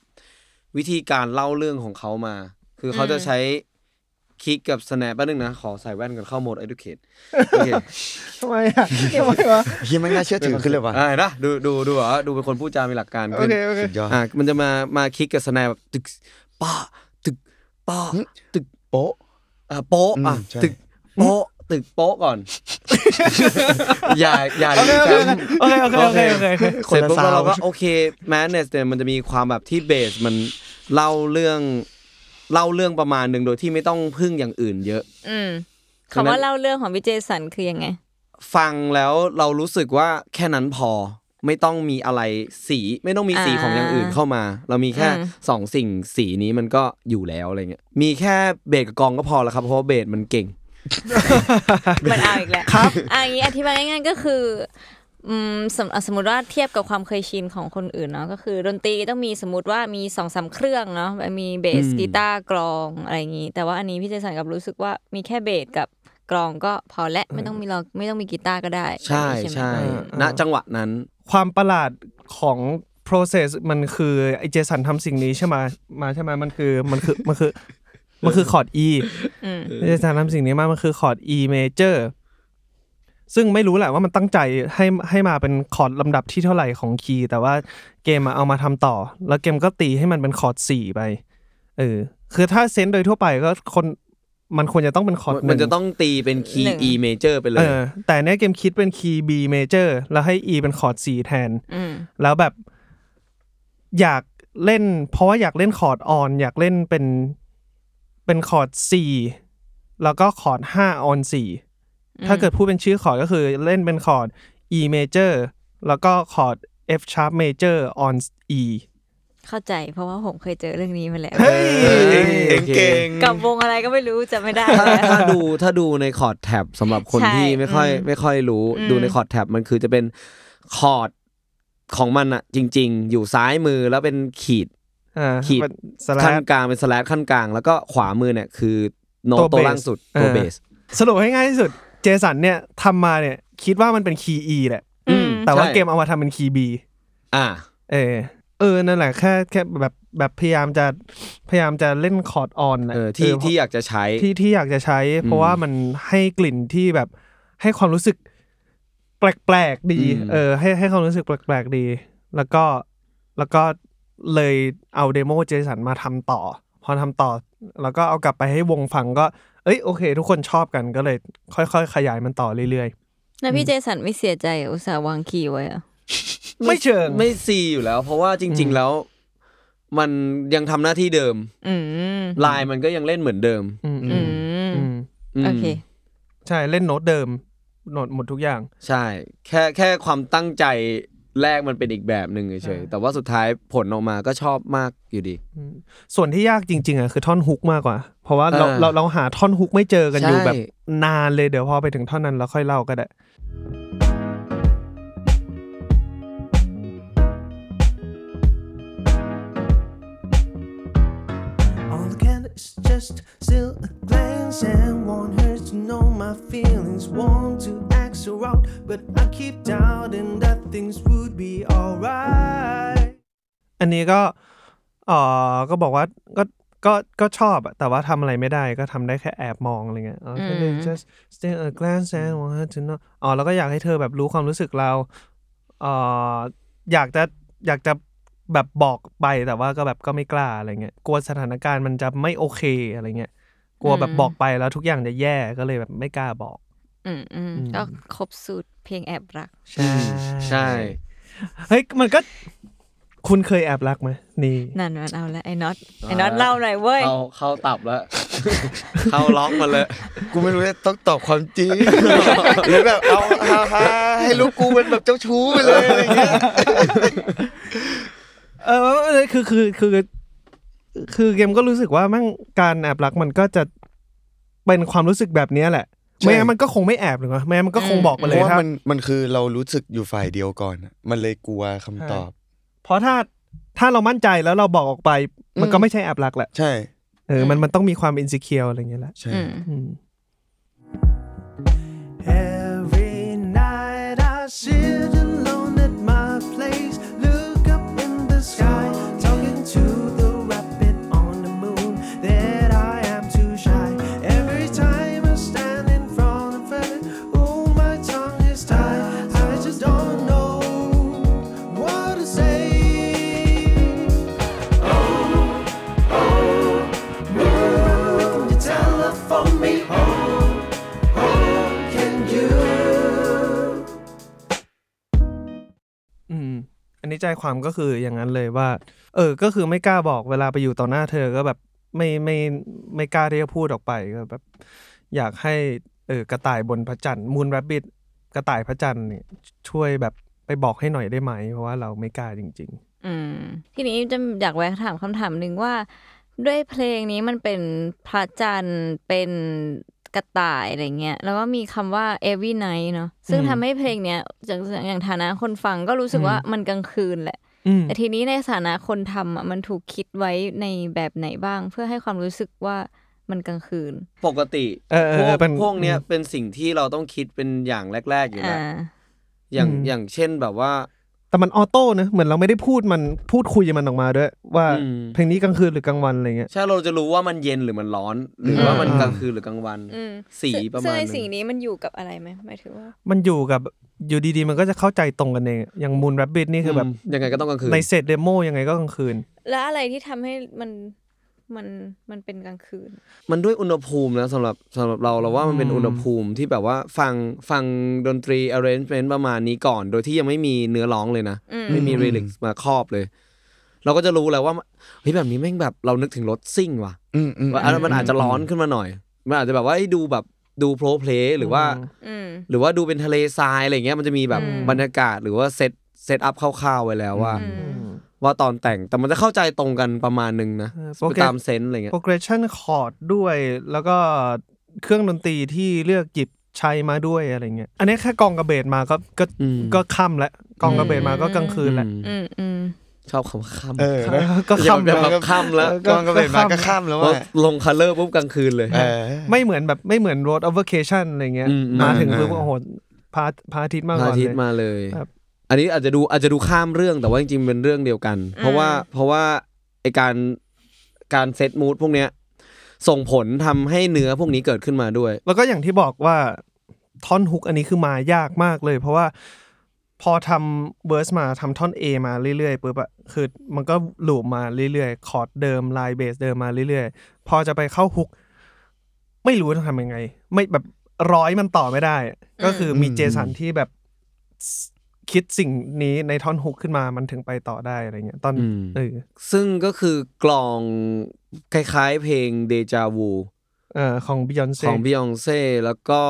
วิธีการเล่าเรื่องของเขามา คือเขา
อืม
จะใช้คิกกับ snap แป๊บนึงนะ ขอใส่แว่นกันเข้าโหมด educate โอเค
ทำไมอ่ะทำไมวะ
เฮียไม่งน่าเชื่อถือขึ้นเลยว่ะ
อ่าเห็นปะดูดูดูเหรอดูเป็นคนพูดจามีหลักการ
โอ
ขึ้น
เค โอเค
สุดยอด
อ่ะมันจะมามาคิกกับ snap แบบตึกป้าตึกป้าตึก
โป๊ะ
อ่ะโป๊ะ
อืม
อ่ะ
ใช่
ตึกโป๊ะตึกโป๊ะ
[laughs]
ก่อน อย่าอย่าดีกัน
โอเค โอเค โอเคโอเคโอเค
ค
เส
น
ร็จ
ละ
ปุ๊บ
ซา
แล้ว วเราก็
ด์
โอเคแมนเนสเนี่ยมันจะมีความแบบที่เบสมันเล่าเรื่องเล่าเรื่องประมาณหนึ่งโดยที่ไม่ต้องพึ่งอย่างอื่นเยอะ
อืม
ฉะนั้น
คำว่าเล่าเรื่องของพี่เจสันคือยังไง
ฟังแล้วเรารู้สึกว่าแค่นั้นพอไม่ต้องมีอะไรสีไม่ต้องมีสี
อ่า
ของอย่างอื่นเข้ามา เรามีแค่
อืม
สองสิ่งสีนี้มันก็อยู่แล้วอะไรเงี้ยมีแค่เบสกับกลองก็พอแล้วครับเพราะว่าเบสมันเก่ง
มันเอาอีกแล้วครับอันนี้อธิบายง่ายๆก็คืออืมสมอ่ะสมมติว่าเทียบกับความเคยชินของคนอื่นเนาะก็คือดนตรีต้องมีสมมติว่ามีสองสามเครื่องเนาะมีเบส
อืม
กีตาร์กลองอะไรอย่างนี้ แต่ว่าอันนี้พี่เจสันกลับรู้สึกว่ามีแค่เบสกับกลองก็พอและไม่ต้องมีเราไม่ต้องมีกีตาร์ก็ได้
ใช่
ไหม
ใช่
อืม
ณจังหวะนั้น
ความประหลาดของ process มันคือไอเจสันทำสิ่งนี้ใช่ไหมมาใช่ไหมมันคือมันคือมันคือมันคือคอร์ด E
อืม
เจสันทำสิ่งนี้มา มันคือคอร์ด E major ซึ่งไม่รู้แหละว่ามันตั้งใจให้ให้มาเป็นคอร์ดลำดับที่เท่าไหร่ของคีย์ แต่ว่าเกมอะเอามาทำต่อ แล้วเกมก็ตีให้มันเป็นคอร์ดสี่ไป เออ คือถ้าเซนส์โดยทั่วไปก็คนมันควรจะต้องเป็นคอร์ด
มันจะ
หง
ต้องตีเป็นคีย์ E major ไปเล
เอย อ แต่เนี้ยเกมคิดเป็นคีย์ B major แล้วให้ E เป็นคอร์ดสี่แทน
อืม
แล้วแบบอยากเล่น เพราะว่าอยากเล่นคอร์ดออน อยากเล่นเป็นเป็นคอร์ดสี่แล้วก็คอร์ดห้าออนสี่ถ้าเกิดพูดเป็นชื่อคอร์ดก็คือเล่นเป็นคอร์ด E major แล้วก็คอร์ด F sharp major on E
เข้าใจเพราะว่าผมเคยเจอเรื่องนี้มาแล้ว
เฮ้ย
เก่งเก่งเก่ง
กับวงอะไรก็ไม่รู้จะไม่ได้
ถ้า
แล้ว
[laughs] ถ้าดูถ้าดูในคอร์ดแท็บสำหรับคน
ใช่
ที่ไม่ค่อย
อืม
ไม่ค่อยรู้
อืม
ดูในคอร์ดแท็บมันคือจะเป็นคอร์ดของมันอะจริง ๆ อยู่ซ้ายมือแล้วเป็นขีด
อ่า
ขีด
เป็นสแล
ขั้น
ด
กลางเป็นสแลชขั้นกลาง แล้วก็ขวามือเนี่ยคือโน้ต
ตัว
ตัว
เบส
ล่างสุดตัว
เออ
เบส
สรุปให้ง่ายที่สุด เจสันเนี่ยทำมาเนี่ย คิดว่ามันเป็นคีย์ E แหละ
อืม
แต่ว่า
ใช่
เกมเอามาทำเป็นคีย์ B
อ่า
เออเออ นั่นแหละแค่แค่แบบแบบพยายามจะพยายามจะเล่นคอร์ดออนแหละ
เออที่
เเพราะ
ที่อยากจะใช้
ที่ที่อยากจะใช้ เพราะว่ามันให้กลิ่นที่แบบให้ความรู้สึกแปลกๆดี
อืม
เออ ให้ให้ความรู้สึกแปลกๆดี แล้วก็แล้วก็เลยเอาเดโมเจสันมาทำต่อ พอทำต่อ แล้วก็เอากลับไปให้วงฟังก็ เอ้ยโอเค ทุกคนชอบกันก็เลย ค่อยๆ ขยายมันต่อเรื่อย
แล้วพี่เจสันไม่เสียใจเหรออุตส่าห์วางคีย์ไว้เหรอะ
ๆ ไม่เชิง
ไม่ซีอยู่แล้ว เพราะว่าจริง ๆแล้ว มันยังทำหน้าที่เดิม
อืม
ลายมันก็ยังเล่นเหมือนเดิม
อืมอื
อื
ม
ม
อืม
ม
โอเค
ใช่เล่นโน้ตเดิมโน้ตหมดทุกอย่าง
ใช่ แค่แค่ความตั้งใจแรกมันเป็นอีกแบบหนึ่งเฉยๆแต่ว่าสุดท้ายผลออกมาก็ชอบมากอยู่ดี
ส่วนที่ยากจริงๆอ่ะคือท่อนฮุกมากกว่า เพราะว่าเรา
อ่า
เราเราหาท่อนฮุกไม่เจอกัน
ใช่
อยู่แบบนานเลยเดี๋ยวพอไปถึงท่อนนั้นเราค่อยเล่าก็ได้
All I get is just still a glance, and one hurts to know my feelings. Want to act things are wrong, but I keep doubting that things would be alright.
อันนี้ก็เออก็บอกว่าก็ก็ก็ชอบอะแต่ว่าทำอะไรไม่ได้ก็ทำได้แค่แอบมองอะไรเงี้ยอ๋อ
อืม
just stay a glance and want her to know อ๋อแล้วก็อยากให้เธอแบบรู้ความรู้สึกเราเอออยากจะอยากจะแบบบอกไปแต่ว่าก็แบบก็ไม่กล้าอะไรเงี้ยกลัวสถานการณ์มันจะไม่โอเคอะไรเงี้ยกลัวแบบบอกไปแล้วทุกอย่างจะแย่ก็เลยแบบไม่กล้าบอก
อืมอืม
อืม
ก็ครบสูตรเพลงแอบรัก
ใช่
ใช่
เฮ้ยมันก็คุณเคยแอบรักไหมนี่
นั่นมันเอาละไอ้น็อตไอ้
เอา
น็อต
ละ
เล่าหน่อยเว้ย
เข้าเข้าตับ
[laughs]
แล้ว เข้าล็อกมาเลย
กูไม่รู้จะต้องตอบความจริง [laughs] หรือแบบเอาฮาฮาๆให้ลูกกูเป็นแบบเจ้าชู้ไปเลยอะไรเงี้ย
เออคือคือคือคือเกมก็รู้สึกว่าแมั่งการแอบรักมันก็จะเป็นความรู้สึกแบบเนี้ยแหละ ไม่งั้นมันก็คงไม่แอบหรือวะไม่งั้นมันก็คงบอกไป
เพ
เล
ราะ
ย
ว่า
ถ้า
มันมันคือเรารู้สึกอยู่ฝ่ายเดียวก่อนอะมันเลยกลัวคำตอบ
เพราะถ้าถ้าเรามั่นใจแล้วเราบอกออกไป มันก็ไม่ใช่แอบรักแหละ
ใช่
เออมันมันต้องมีความอินสิเคียวอะไรอย่างเงี้ยแหละ
ใช่
อืม
อืม
Every night I sit alone at my place, look up in the sky, talking to the rabbit on the moon that I am too shy. Every time I stand in front of her, oh my tongue is tied. I just don't know what to say. Oh, oh, mirror, can you telephone me? Oh, oh, can you?
อืม อันนี้ใจความก็คืออย่างนั้นเลยว่า เออ ก็คือไม่กล้าบอกเวลาไปอยู่ต่อหน้าเธอก็แบบไม่ไม่ไม่กล้าที่จะพูดออกไปก็แบบ อยากให้เออกระต่ายบนพระจันทร์มูนแรบบิทกระต่ายพระจันทร์เนี่ยช่วยแบบไปบอกให้หน่อยได้ไหม เพราะว่าเราไม่กล้าจริง
อืมทีนี้จะอยากแวะถามคำถามหนึ่งว่า ด้วยเพลงนี้มันเป็นพระจันทร์เป็นกระต่ายอะไรเงี้ยแล้วก็มีคำว่า every night เนาะซึ่ง
อืม
ทำให้เพลงเนี้ยจากอย่างฐานะคนฟังก็รู้สึก
อืม
ว่ามันกลางคืนแหละ
ๆ อืม
แต่ทีนี้ในฐานะคนทำอ่ะมันถูกคิดไว้ในแบบไหนบ้าง เพื่อให้ความรู้สึกว่ามันกลางคืน
ปกติ
เออเอ
พ
อ
วก
เป็น
พวกเนี้ย
อืม
เป็นสิ่งที่เราต้องคิดเป็นอย่างแรก ๆ อยู่แล้
อ่าว
อย่าง
อืม
อย่างเช่นแบบว่า
แต่มันออโต้นะเหมือนเราไม่ได้พูดมันพูดคุยมันออกมาด้วย ว่า
อืม
เพลงนี้กลางคืนหรือกลางวันอะไรเงี้ย
ใช่เราจะรู้ว่ามันเย็นหรือมันร้อน หรือว่ามัน
อืม
กลางคืนหรือกลางวัน
อืม
สีประ
ซึ่
มาง ณ
ไอ
นึ
สิ่ง
ง
นี้มันอยู่กับอะไรไหมหมายถึงว่า
มันอยู่กับอยู่ดีๆ มันก็จะเข้าใจตรงกันเองอย่างมูนแรบบิทนี่คือแบบ
มยังไงก็ต้องกลางคืน
ในเซตเดโมยังไงก็กลางคืน
แล้วอะไรที่ทำให้มันมันมันเป็นกลางคืน
มันด้วยอุณหภูมินะสำหรับสำหรับเราเราว่ามันเป็น
อืม
อุณหภูมิที่แบบว่าฟังฟังดนตรี arrangement ประมาณนี้ก่อน โดยที่ยังไม่มีเนื้อร้องเลยนะ
อืม
ไม่มี
อืม
lyrics มาครอบเลย เราก็จะรู้แล้วว่าเฮ้ยแบบนี้แม่งแบบเรานึกถึงรถซิ่งว่ะ
อืมอืม
ว่าอันนั้นมันอาจจะร้อนขึ้นมาหน่อย มันอาจจะแบบว่าเอ้ยดูแบบดูโพลเพลย์หรือว่า
อืม
หรือว่าดูเป็นทะเลทรายอะไรอย่างเงี้ยมันจะมีแบบ
อืม
บรรยากาศหรือว่าเซตเซตอัพคร่าวๆไว้แล้วว่า
อืม
ว่าตอนแต่งแต่มันจะเข้าใจตรงกันประมาณนึงนะ
เออโปรแกรม
ตามเซนส์อะไรเงี้ย
progression chord ด้วยแล้วก็เครื่องดนตรีที่เลือกหยิบใช้มาด้วยอะไรเงี้ยอันนี้แค่กองกระเบดมาก็ก็
อืม
ก็ค่ำแล้วกองกระเบดมาก็กลางคืนแล้ว
อืม
อืมอืม
ชอบคำว่าค่ำ
เออนะ
ก็
อย่า
ค่ำ
แบ
แล้
บ
ว
แบบค่ำแล้ว
กองกระเบนมาก็
ก็ข้า
ข้าม มแล้ว
พอ
ว่า
ลงคัลเลอร์ปุ๊บกลางคืนเลย
เออ
ไม่เหมือนแบบไม่เหมือน road overcation อะไรเงี้ย
อืมอืม
มาถึงปุ๊บ
อ่า
โอ้โหพาพาอาทิตย์มา
พ
ก่อ
ระ
น
อาทิต
เลย
ย์มาเลย
ครับ
อันนี้อาจจะดูอาจจะดูข้ามเรื่องแต่ว่าจริงๆเป็นเรื่องเดียวกัน เพราะว่าเพราะว่าไอการการเซตมูดพวกเนี้ยส่งผลทำให้เนื้อพวกนี้เกิดขึ้นมาด้วย
แล้วก็อย่างที่บอกว่าท่อนฮุกอันนี้คือมายากมากเลย เพราะว่าพอทำเบ r ร์สมาทำท่อน A มาเรื่อยๆปุ๊บอะคือมันก็ลูปมาเรื่อยๆคอร์ดเดิมไลน์เบสเดิมมาเรื่อยๆ พอจะไปเข้าฮุก ไม่รู้ต้องทำยังไง ไม่แบบร้อยมันต่อไม่ได้ ก็คือมี
อืม
เจสันที่แบบคิดสิ่งนี้ในท่อนฮุกขึ้นมามันถึงไปต่อได้อะไรเงี้ยตอน
อืม
เออ
ซึ่งก็คือกลองคล้ายๆ เพลงเดจาวู
เอ่อของบิยอน
ข
เซ่
องบิยองเซ่แล้วก็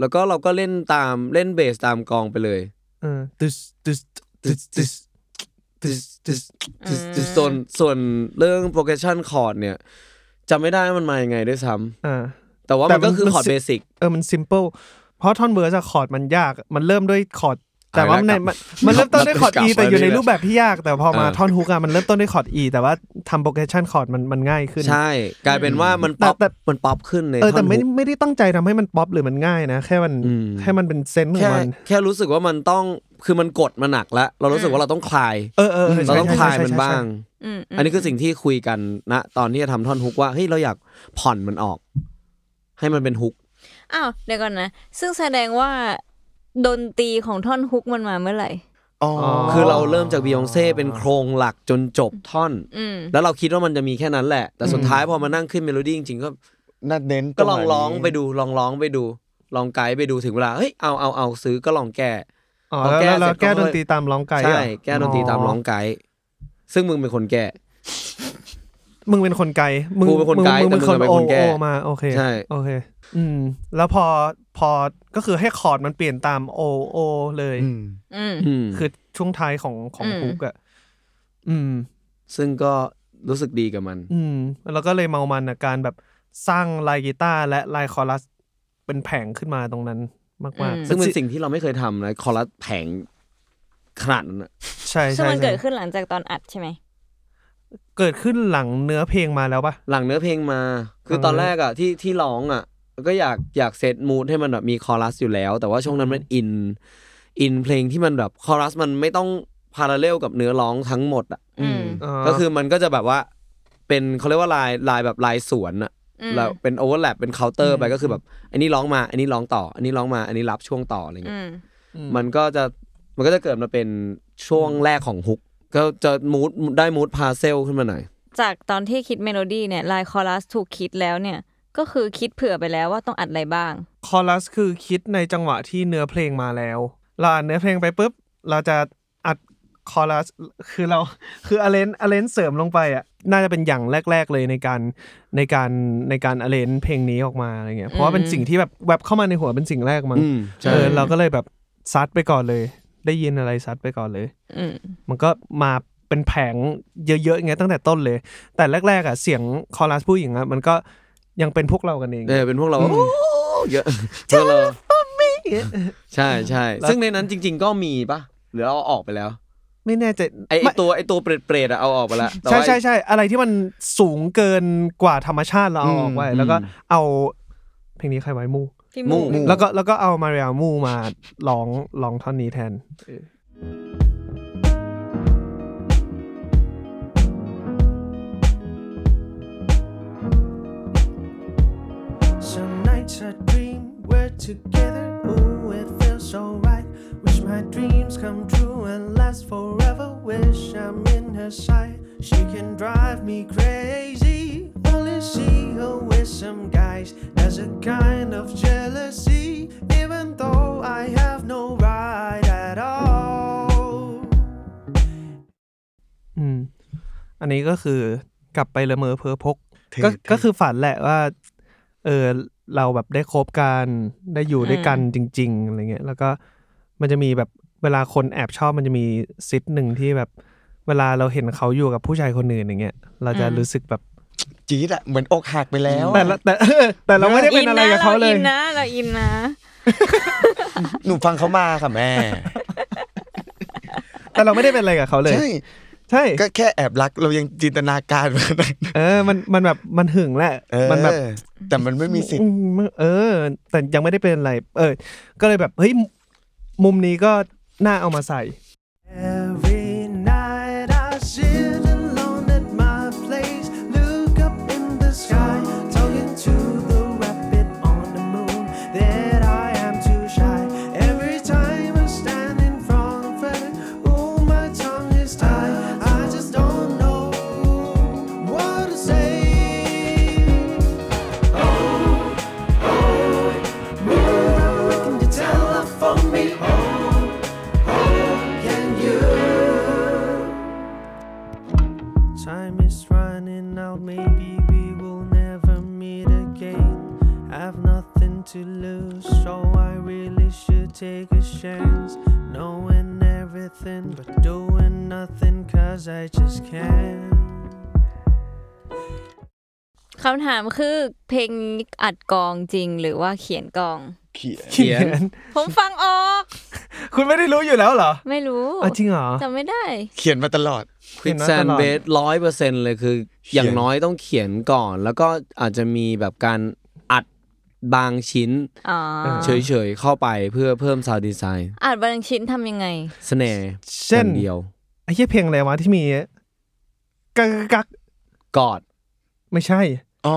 แล้วก็เราก็เล่นตามเล่นเบสตามกลองไปเลย
เออตึสตึสตึสตึสตึสตึส
ส่วนส่วนเรื่อง progression chord เนี่ยจำไม่ได้ว่ามันมายังไงด้วยซ้
อ่า
ำแต่ว่า
แต่มัน
มันก็คือ
มัน
คอร์ด
สิ
เบสิก
เออ มัน simple เพราะท่อนเวิร์สอะคอร์ดมันยาก มันเริ่มด้วยคอร์ด แต่ว่า
เอา
ใน
ละ
มันมันเริ่มต้นด้วยคอร์ด E
กลับ
แต่อยู่ใน
เรื่อยๆ
รูปแบบที่ยาก แต่พอมา
เออ
ท่อนฮุกอะมันเริ่มต้นด้วยคอร์ด E แต่ว่าทำโปรเกรสชันคอร์ดมันมันง่ายขึ้น
ใช่ กลายเป็นว่ามันป๊อป
แต่แต่
มันป๊อปขึ้นใน
เออ
ท่
แต่
อน
ไม่
ฮุก
ไม่ได้ตั้งใจทำให้มันป๊อปหรือมันง่ายนะ แค่มัน
อืม
แค่มันเป็นเซนส์ของ
แค่
มัน
แค่รู้สึกว่ามันต้องคือมันกดมาหนักแล้ว เรารู้สึกว่าเราต้องคลาย
เออเออ
เราต้อง
ใช่
คลาย
ใช่
มัน
ใช่
บ้าง
อืมม
อันนี้คือสิ่งที่คุยกันนะตอนที่จะทำท่อนฮุกว่าเฮ้ยเราอยากผ่อนมันออก ให้มันเป็นฮุก
อ้าวเดี๋ยวก่อนนะ ซึ่งแสดงว่าดนตรีของท่อนฮุกมันมาเมื่อไหร่
อ๋อ
คือเราเริ่มจากบียองเซ่เป็นโครงหลักจนจบท่อน
อืม
แล้วเราคิดว่ามันจะมีแค่นั้นแหละ แต่สุดท้ายพอมานั่งขึ้นเมโลดี้จริงๆก็
น่าเน้น
ก็ลอง
ตนี้
ร้องไปดูลองร้องไปดู ลองไกด์ไปดูถึงเวลาเฮ้ยเอาเอาเอาซื้อก็ลองแก้
อ๋อแล้วแล้วเรา
พอแก้
แก้
เสร็จก็
ดนตรีตามร้องไก่เหรอ
ใช่แก้ดนตรีตามร้องไกด์ซึ่งมึงเป็นคนแก้
มึงเป็นคนไกลมึง
กูเป็นคน
มึง
ไกล
มึงเป็น
แต่
คน
มึงเป็น
โอ
คนแก้
โอมาโอเค
ใช่
โอเค อืม แล้วพอพอก็คือให้คอร์ดมันเปลี่ยนตามโอโอเลย
อืม
อืม
อืม
คือช่วงท้ายของของ
อืม
ฮุกอะอืม
ซึ่งก็รู้สึกดีกับมัน
อืมแล้วก็เลยเมามันอะการแบบสร้างลายกีตาร์และลายคอรัสเป็นแผงขึ้นมาตรงนั้นมาก
อืม
ๆ
ซึ่งเป็นสิ่งที่เราไม่เคยทำนะคอรัสแผงขนาดนั้นอะ
ใช่
ซึ่ง
ใช่
มัน
ใช่
เกิดขึ้นหลังจากตอนอัดใช่ไหม
เกิดขึ้นหลังเนื้อเพลงมาแล้วปะ
หลังเนื้อเพลงมา คือ
เออ
ตอนแรกอ่ะที่ที่ร้องอ่ะ ก็อยากอยากเซตมูดให้มันแบบมีคอรัสอยู่แล้ว แต่ว่าช่วงนั้นมันอิน อินเพลงที่มันแบบคอรัสมันไม่ต้องพาราเลลกับเนื้อร้องทั้งหมดอ่ะ
อืม
เอ่
ก็คือมันก็จะแบบว่า เป็นเขาเรียกว่าลายลายแบบลายสวนอ่ะ
อืม
แล้วเป็นโอเวอร์แลปเป็นเคาน์เตอร์ไปก็คือแบบ อันนี้ร้องมา อันนี้ร้องต่อ อันนี้ร้องมา อันนี้รับช่วงต่ออะไรเงี้ย
อืม
มันก็จะมันก็จะเกิดมาเป็นช่วงแรกของฮุก ก็จะมูดได้มูดพาเซลขึ้นมาหน่อย
จากตอนที่คิดเมโลดี้เนี่ยลายคอรัสถูกคิดแล้วเนี่ย ก็คือคิดเผื่อไปแล้วว่าต้องอัดอะไรบ้าง
คอรัสคือคิดในจังหวะที่เนื้อเพลงมาแล้วเราอัดเนื้อเพลงไปปุ๊บ เราจะอัดคอรัสคือเรา [laughs] คืออเลนอเลนเสริมลงไปอ่ะน่าจะเป็นอย่างแรก ๆเลยในการในการในการอเลนเพลงนี้ออกมาอะไรเงี้ยเพราะว่าเป็นสิ่งที่แบบแวบเข้ามาในหัวเป็นสิ่งแรกมั้ง
อืมใช่
เออเราก็เลยแบบซัดไปก่อนเลย ได้ยินอะไรซัดไปก่อนเลย
อืม
มันก็มาเป็นแผงเยอะๆอย่างเงี้ยตั้งแต่ต้นเลย แต่แรกๆอ่ะเสียงคอรัสผู้หญิงอ่ะมันก็ยังเป็นพวกเรากันเอง
เออเป็นพวกเราโอ้
[laughs]
เยอะพวกเราใช่ใช่
แล้ว
ซึ่งในนั้นจริง ๆ ก็มีปะหรือเราเอาออกไปแล้ว
ไม่แน่ใจ
ไอไอ้
ไม่
ตัวไอตัวเปรตๆอะเอาออกไปแล้วแต่
ใช่
ว่า
ใช่ใช่อะไรที่มันสูงเกินกว่าธรรมชาติเราเอาออกไว้
อืม
แล้วก็
อืม
เอาเพลงนี้ใครไว้มู
พี่
มู่
มู
มู่
แล้วก็แล้วก็เอามาเรียมูมาร้องร้องท่อนนี้แทน
Some nights I dream we're together. Ooh, it feels so right. Wish my dreams come true and last forever. Wish I'm in her sight. She can drive me crazy. Only see her with some guys as a kind of jealousy. Even though I have no right at all.
อืม Hmm. อันนี้ก็คือกลับไปละเมอเพอพก
เท่
ก็
เท่
ก็คือฝันแหละว่า เออเราแบบได้คบกันได้อยู่ด้วยกันจริง ๆอะไรเงี้ย แล้วก็มันจะมีแบบเวลาคนแอบชอบมันจะมีซิทหนึ่งที่แบบ เวลาเราเห็นเขาอยู่กับผู้ชายคนอื่นอย่างเงี้ยเราจะรู้สึกแบบ
จี๊ดอะเหมือนอกหักไปแล้วอะ
แต่ละแต่ แต่เราไม่ได้เป็นอะไรกับเขาเลย
อินนะเราอินนะ
หนูฟังเขามาค่ะแม่
แต่เราไม่ได้เป็นอะไรกับเขาเลย
ใช่
ใช่
ก็แค่แอบรักเรายังจินตนาการ [laughs] มัน
เออมันมันแบบมันหึงแหละ
เออ
มันแบบ
แต่มันไม่มีสิทธิ์
อืมเออ แต่ยังไม่ได้เป็นอะไร เออ ก็เลยแบบเฮ้ยมุมนี้ก็น่าเอามาใส่
Every night I sit alone at my place, look up in the sky, talking to the rabbit on the moon that I am too shy. Every time I stand in front of it, oh my tongue is tied. I just don't know what to say. Oh, oh, move, can you telephone me? Oh, oh, can you? Time is running out, maybe we will never meet again. I've nothing to lose, so I really should take a chance. Knowing everything, but doing nothing, cause I just can't.
คำถามคือเพลงนี้อัดกองจริงหรือว่าเขียนกอง
เขียน
เขียน
ผมฟังออก
คุณไม่ได้รู้อยู่แล้วเหรอ
ไม่รู้
อ๋อจริงเหรอ
จำไม่ได้
เขียนมาตลอด
ควิดแซนเบสร้อยเปอร์เซ็นเลยคืออ
เขียน
ย่างน้อยต้องเขียนก่อน แล้วก็อาจจะมีแบบการอัดบางชิ้น
อ๋อ
เฉยๆ เข้าไปเพื่อเพิ่มซาวดีไซน์
อ่านบางชิ้นทำยังไง
เสน่ห์
เช่น
อย่างเดียว
ไอ้เหี้ยเพลงอะไรวะที่มีกักกักกัก
กอด
ไม่ใช่
อ๋อ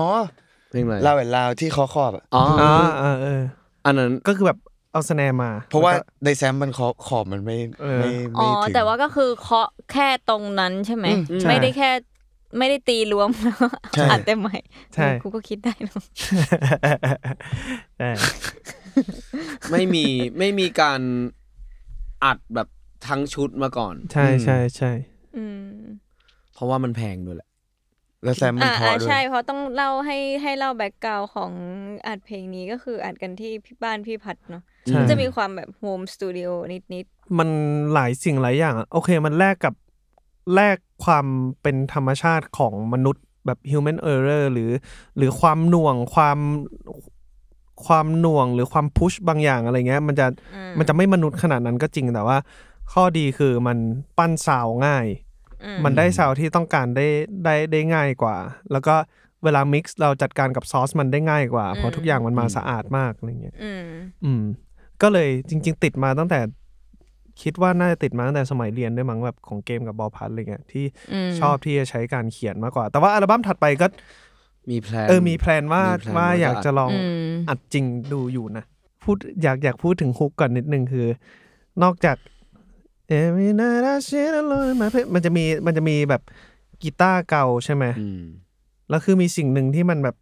เพลงอะไร
ลาวแอนลาวที่คอครอบอะ
อ๋อ
อ่าอ่าเออ
อันนั้น
ก็คือแบบเอาสแนมมา
เพราะว่า
แล้ก็
ในแซมมันขอบขอบมันไม่
เออ
ไม่
อ๋
ไม่
อ
ถึง
แต่ว่าก็คือเคาะแค่ตรงนั้นใช่ไหม
อืม
ใช่
ไม่ได้แค่ไม่ได้ตีรวมแล้ว
ใช่
อัดแต่ใหม่
ใช่
เออกูก็คิดได้เนอะ
ใช่
ไม่มีไม่มีการอัดแบบทั้งชุดมาก่อน
ใช่ใช่ใช่
อืม
เพราะว่ามันแพงด้วยแหละ
แล้วแซมมัน
อ่า
เพอ
อ่า
ด้วย
ใช่เพราะต้องเล่าให้ให้เล่าแบ็กกราวของอัดเพลงนี้ก็คืออัดกันที่พี่บ้านพี่พัดเนาะ
ใช่
มันจะมีความแบบโฮมสตูดิโอนิด
มันหลายสิ่งหลายอย่างอะโอเคมันแลกกับแลกความเป็นธรรมชาติของมนุษย์แบบ human error หรือ หรือความหน่วงความความหน่วงหรือความพุชบางอย่างอะไรเงี้ย มันจะ
ๆอื
มันจะไม่มนุษย์ขนาดนั้นก็จริงแต่ว่า ข้อดีคือมันปั้นซาวง่าย
อื
มันได้ซาวที่ต้องการได้ได้ได้ง่ายกว่า แล้วก็เวลามิกซ์เราจัดการกับซอสมันได้ง่ายกว่า เพราะทุกอย่างมันมาสะอาดมากอะไรเงี้ย
อืม
อืมก็เลยจริง ๆ ติดมาตั้งแต่คิดว่าน่าจะติดมาตั้งแต่สมัยเรียนด้วยมั้งแบบของเกมกับบอลพัดอะไรเงี้ยที่
อืม
ชอบที่จะใช้การเขียนมากกว่า แต่ว่าอัลบั้มถัดไปก็
มีแพลน
เออมีแพลนว่า
มีแพลน
ว่า
ว่าจะ
อยากจะลอง
อืม
อัดจริงดูอยู่นะพูดอยากอยากพูดถึงฮุกก่อนนิดนึงคือ นอกจาก Every night I sit alone in my bed มันจะมีมันจะมีแบบกีตาร์เก่าใช่ไหม
อืม
แล้วคือมีสิ่งหนึ่งที่มันแบบ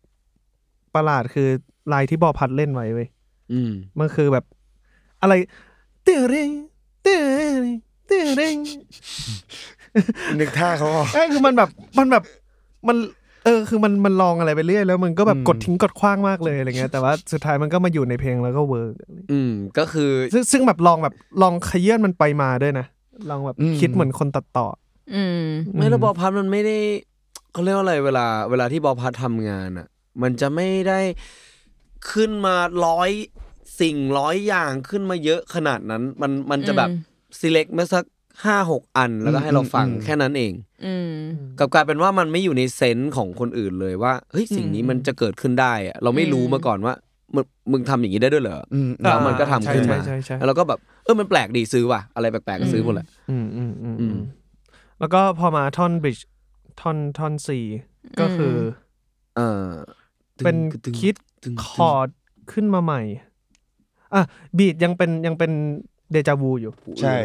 ประหลาดคือลายที่บอลพัดเล่นไว้เว้ย
อืม
มันคือแบบอะไรเตือริงเตือริงเตือริง
นึกท่าเขาออก
เอ้ยคือมันแบบมันแบบมันเออคือมันมันลองอะไรไปเรื่อยแล้วมันก็แบบ
อืม
กดทิ้งกดขว้างมากเลยอะไรเงี้ยแต่ว่าสุดท้ายมันก็มาอยู่ในเพลงแล้วก็เวิร์ก
อืม ก็คือ
ซึ่งซึ่งแบบลองแบบลองขยื่นมันไปมาด้วยนะลองแบบ
อืม
คิดเหมือนคนตัดต่อ
อืม
ไม่แล้วบอ
ม
พัดมันไม่ได้เขาเรียกว่าอะไรเวลา เวลาที่บอพัดทำงานอ่ะ มันจะไม่ได้ขึ้นมาร้อยสิ่งร้อยอย่างขึ้นมาเยอะขนาดนั้น มันมันจะแบบ
อืม
select มาสักห้าหกอันแล้วก็ให้เราฟัง
อืมอืม
แค่นั้นเอง
อืม
กลับกลายเป็นว่ามันไม่อยู่ในเซนส์ของคนอื่นเลยว่าเฮ้ยสิ่งนี้มันจะเกิดขึ้นได้อะเราไม่รู้มาก่อนว่ามึงมึงทำอย่างนี้ได้ด้วยเหรอ
อืม
แล้วมันก็ทำขึ้นมา
ใช่ใช่ใช่
แล้วเราก็แบบเออมันแปลกดีซื้อว่ะอะไรแปลกๆก็ซื้อหมดแหละ
อืมอืมอืม
อื
อื
ม
มแล้วก็พอมาท่อนบริดจ์ท่อนท่อนสี่ก็คืออ
เออ
เป็น
ตึง
คิด
ตึงตึง
คอร์ดขึ้นมาใหม่ อ่ะบีดยังเป็นยังเป็นเดจาวูอยู่
ใช่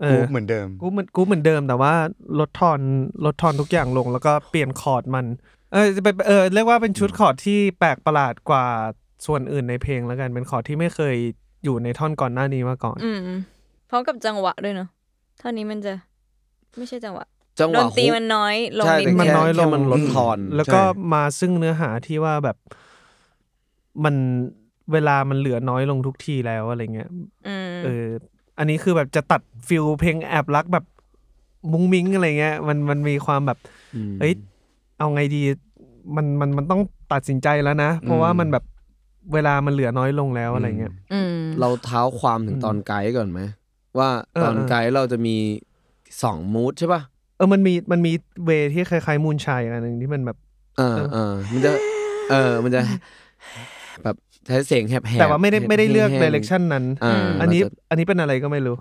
เอ
กู
อ
เหมือนเดิม
กูเหมือนกูเหมือนเดิมแต่ว่าลดทอนลดทอนทุกอย่างลง แล้วก็เปลี่ยนคอร์ดมัน เออจะไปเออเรียกว่าเป็นชุดคอร์ดที่แปลกประหลาดกว่าส่วนอื่นในเพลงแล้วกันเป็นคอร์ดที่ไม่เคยอยู่ในท่อนก่อนหน้านี้มาก่อน
อืมพร้อมกับจังหวะด้วยเนาะเท่านี้มันจะ ไม่ใช่จังหวะ
จังห
ด
วะ
นตรี
ฮุก
มันน้อยลง
ใช่
นิด
แต่
มั
นึง
น
แค่
น้อยลง
แค่มันลดทอน
แล้วก็
ใช่
มาซึ่งเนื้อหาที่ว่าแบบมันเวลามันเหลือน้อยลงทุกทีแล้วอะไรเงี้ย
อืม
เออ อันนี้คือแบบจะตัดฟิลเพลงแอบรักแบบมุ้งมิ้งอะไรเงี้ย มันมันมีความแบบ
ม
เอ้ย เอาไงดี มันมันมันต้องตัดสินใจแล้วนะ เพราะว่ามันแบบเวลามันเหลือน้อยลงแล้วอะไรเงี้ย
อืม
เราเท้าความถึงตอนไกด์ก่อนไหมว่า
เออ
ตอน
เออ
ไกด์เราจะมีสองมูดใช่ป่ะ
เออ มันมีมันมีเวที่คล้ายๆมูนชัยอันหนึ่งที่มันแบบ
เออเออมันจะเออมันจะแบบใช้เสียงแหบๆ
แต่ว่าไม่ได้ไม่ได้เลือก
แห้งๆ
เดเรคชันนั้น
อ่า
อันนี้
เราจะ
อันนี้เป็นอะไรก็ไม่รู้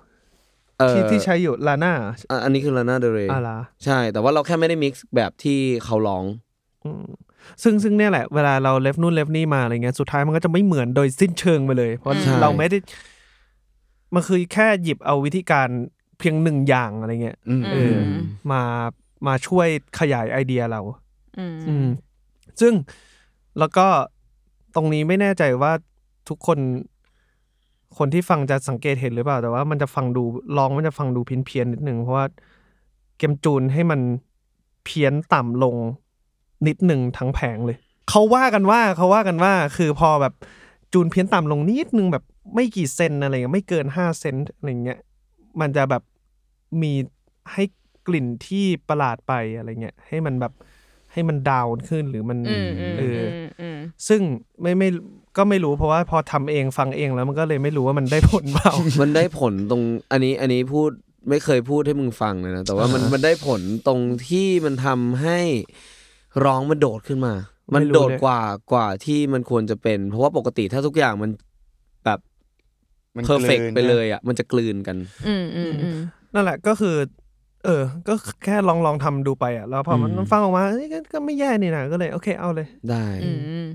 เอ่อ
ที่ที่ใช้อยู่ลาน่า
อ่ะอันนี้คือลานาเดเร
อาลา
ใช่ แต่ว่าเราแค่ไม่ได้มิกซ์แบบที่เขาร้อง
อืมซึ่งซึ่งเนี่ยแหละเวลาเราเลฟนู่นเลฟนี่มาอะไรเงี้ยสุดท้ายมันก็จะไม่เหมือนโดยสิ้นเชิงไปเลย เพราะ
ใช่
เราไม่ได้ มันคือแค่หยิบเอาวิธีการเพียงหนึ่งอย่างอะไรเงี้ย
อืม
เอออมามาช่วยขยายไอเดียเรา
อืม
อืม ซึ่งแล้วก็ตรงนี้ไม่แน่ใจว่าทุกคน คนที่ฟังจะสังเกตเห็นหรือเปล่า แต่ว่ามันจะฟังดูลองมันจะฟังดูเพี้ยนเพียนๆนิดนึงเพราะว่าเกมจูนให้มันเพี้ยนต่ำลงนิดหนึ่งทั้งแผงเลยเขาว่ากันว่าเขาว่ากันว่า คือพอแบบจูนเพี้ยนต่ำลงนิดนึงแบบไม่กี่เซนอะไรเงี้ยไม่เกินห้าเซนอะไรเงี้ย มันจะแบบมีให้กลิ่นที่ประหลาดไปอะไรเงี้ยให้มันแบบให้มันดาวน์ขึ้นหรือมัน
อืมอืม
เอออ
อืม
ซึ่งไม่ไม่ ก็ไม่รู้เพราะว่าพอทำเองฟังเองแล้วมันก็เลยไม่รู้ว่ามันได้ผลเป [laughs] ล่า
มันได้ผลตรงอันนี้อันนี้พูดไม่เคยพูดให้มึงฟังเลยนะแต่ว่ามันมันได้ผลตรงที่มันทำให้ร้องมันโดดขึ้นมา
ไม่รู้เลย
มันโดดกว่ากว่าที่มันควรจะเป็น เพราะว่าปกติถ้าทุกอย่างมันแบบ
มัน
เพอร์เฟก
กน
ไปเลยอ่ะมันจะกลืนกัน
อืมอืมอืม
นั่นแหละก็คือ เออ ก็แค่ลองลองทำดูไปอ่ะแล้วพอมัน
อืม
ฟังออกมาเอ้ยก็ก็ไม่แย่นี่นะก็เลยโอเคเอาเลย
ได้
อืมอืม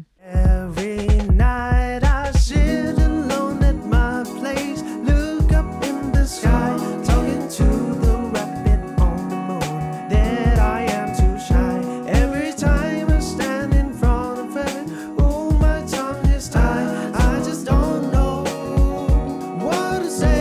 Every night I sit alone at my place, look up in the sky, talking to the rabbit on the moon. That I am too shy. Every time I stand in front of it, oh my tongue is tied. I just don't know what to say.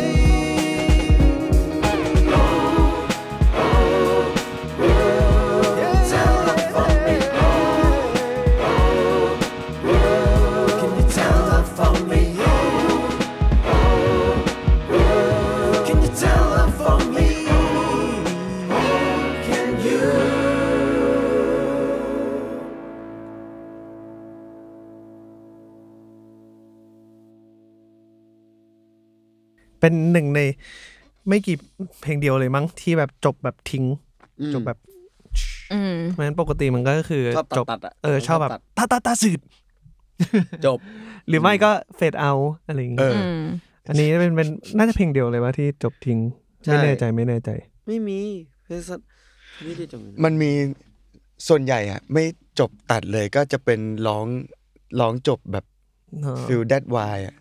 เป็นหนึ่งในไม่กี่เพลงเดียวเลยมั้งที่แบบจบแบบทิ้ง จบแบบ
อืม
เพราะฉะนั้นปกติมันก็คือ
ชอบตัด
จบ
ตัดอะ
เออชอบแบบ
ชอบตั
ตา
ด
ตาตาสืด
จบ
หรือไม่ก็เฟดเอาอะไรอย่าง
เอ
เงี้ย
อ
อืม
อันนี้เป็นเป็นน่าจะเพลงเดียวเลยว่าที่จบทิ้ง
ใช่
ไม่แน่ใจไม่แน่ใจ
ไม่มีเพศสัตว์ไม่ได้จบ
มันมีส่วนใหญ่อะไม่จบตัดเลยก็จะเป็นร้องร้องจบแบบ
อ๋อ
ฟิลแดดวายอะ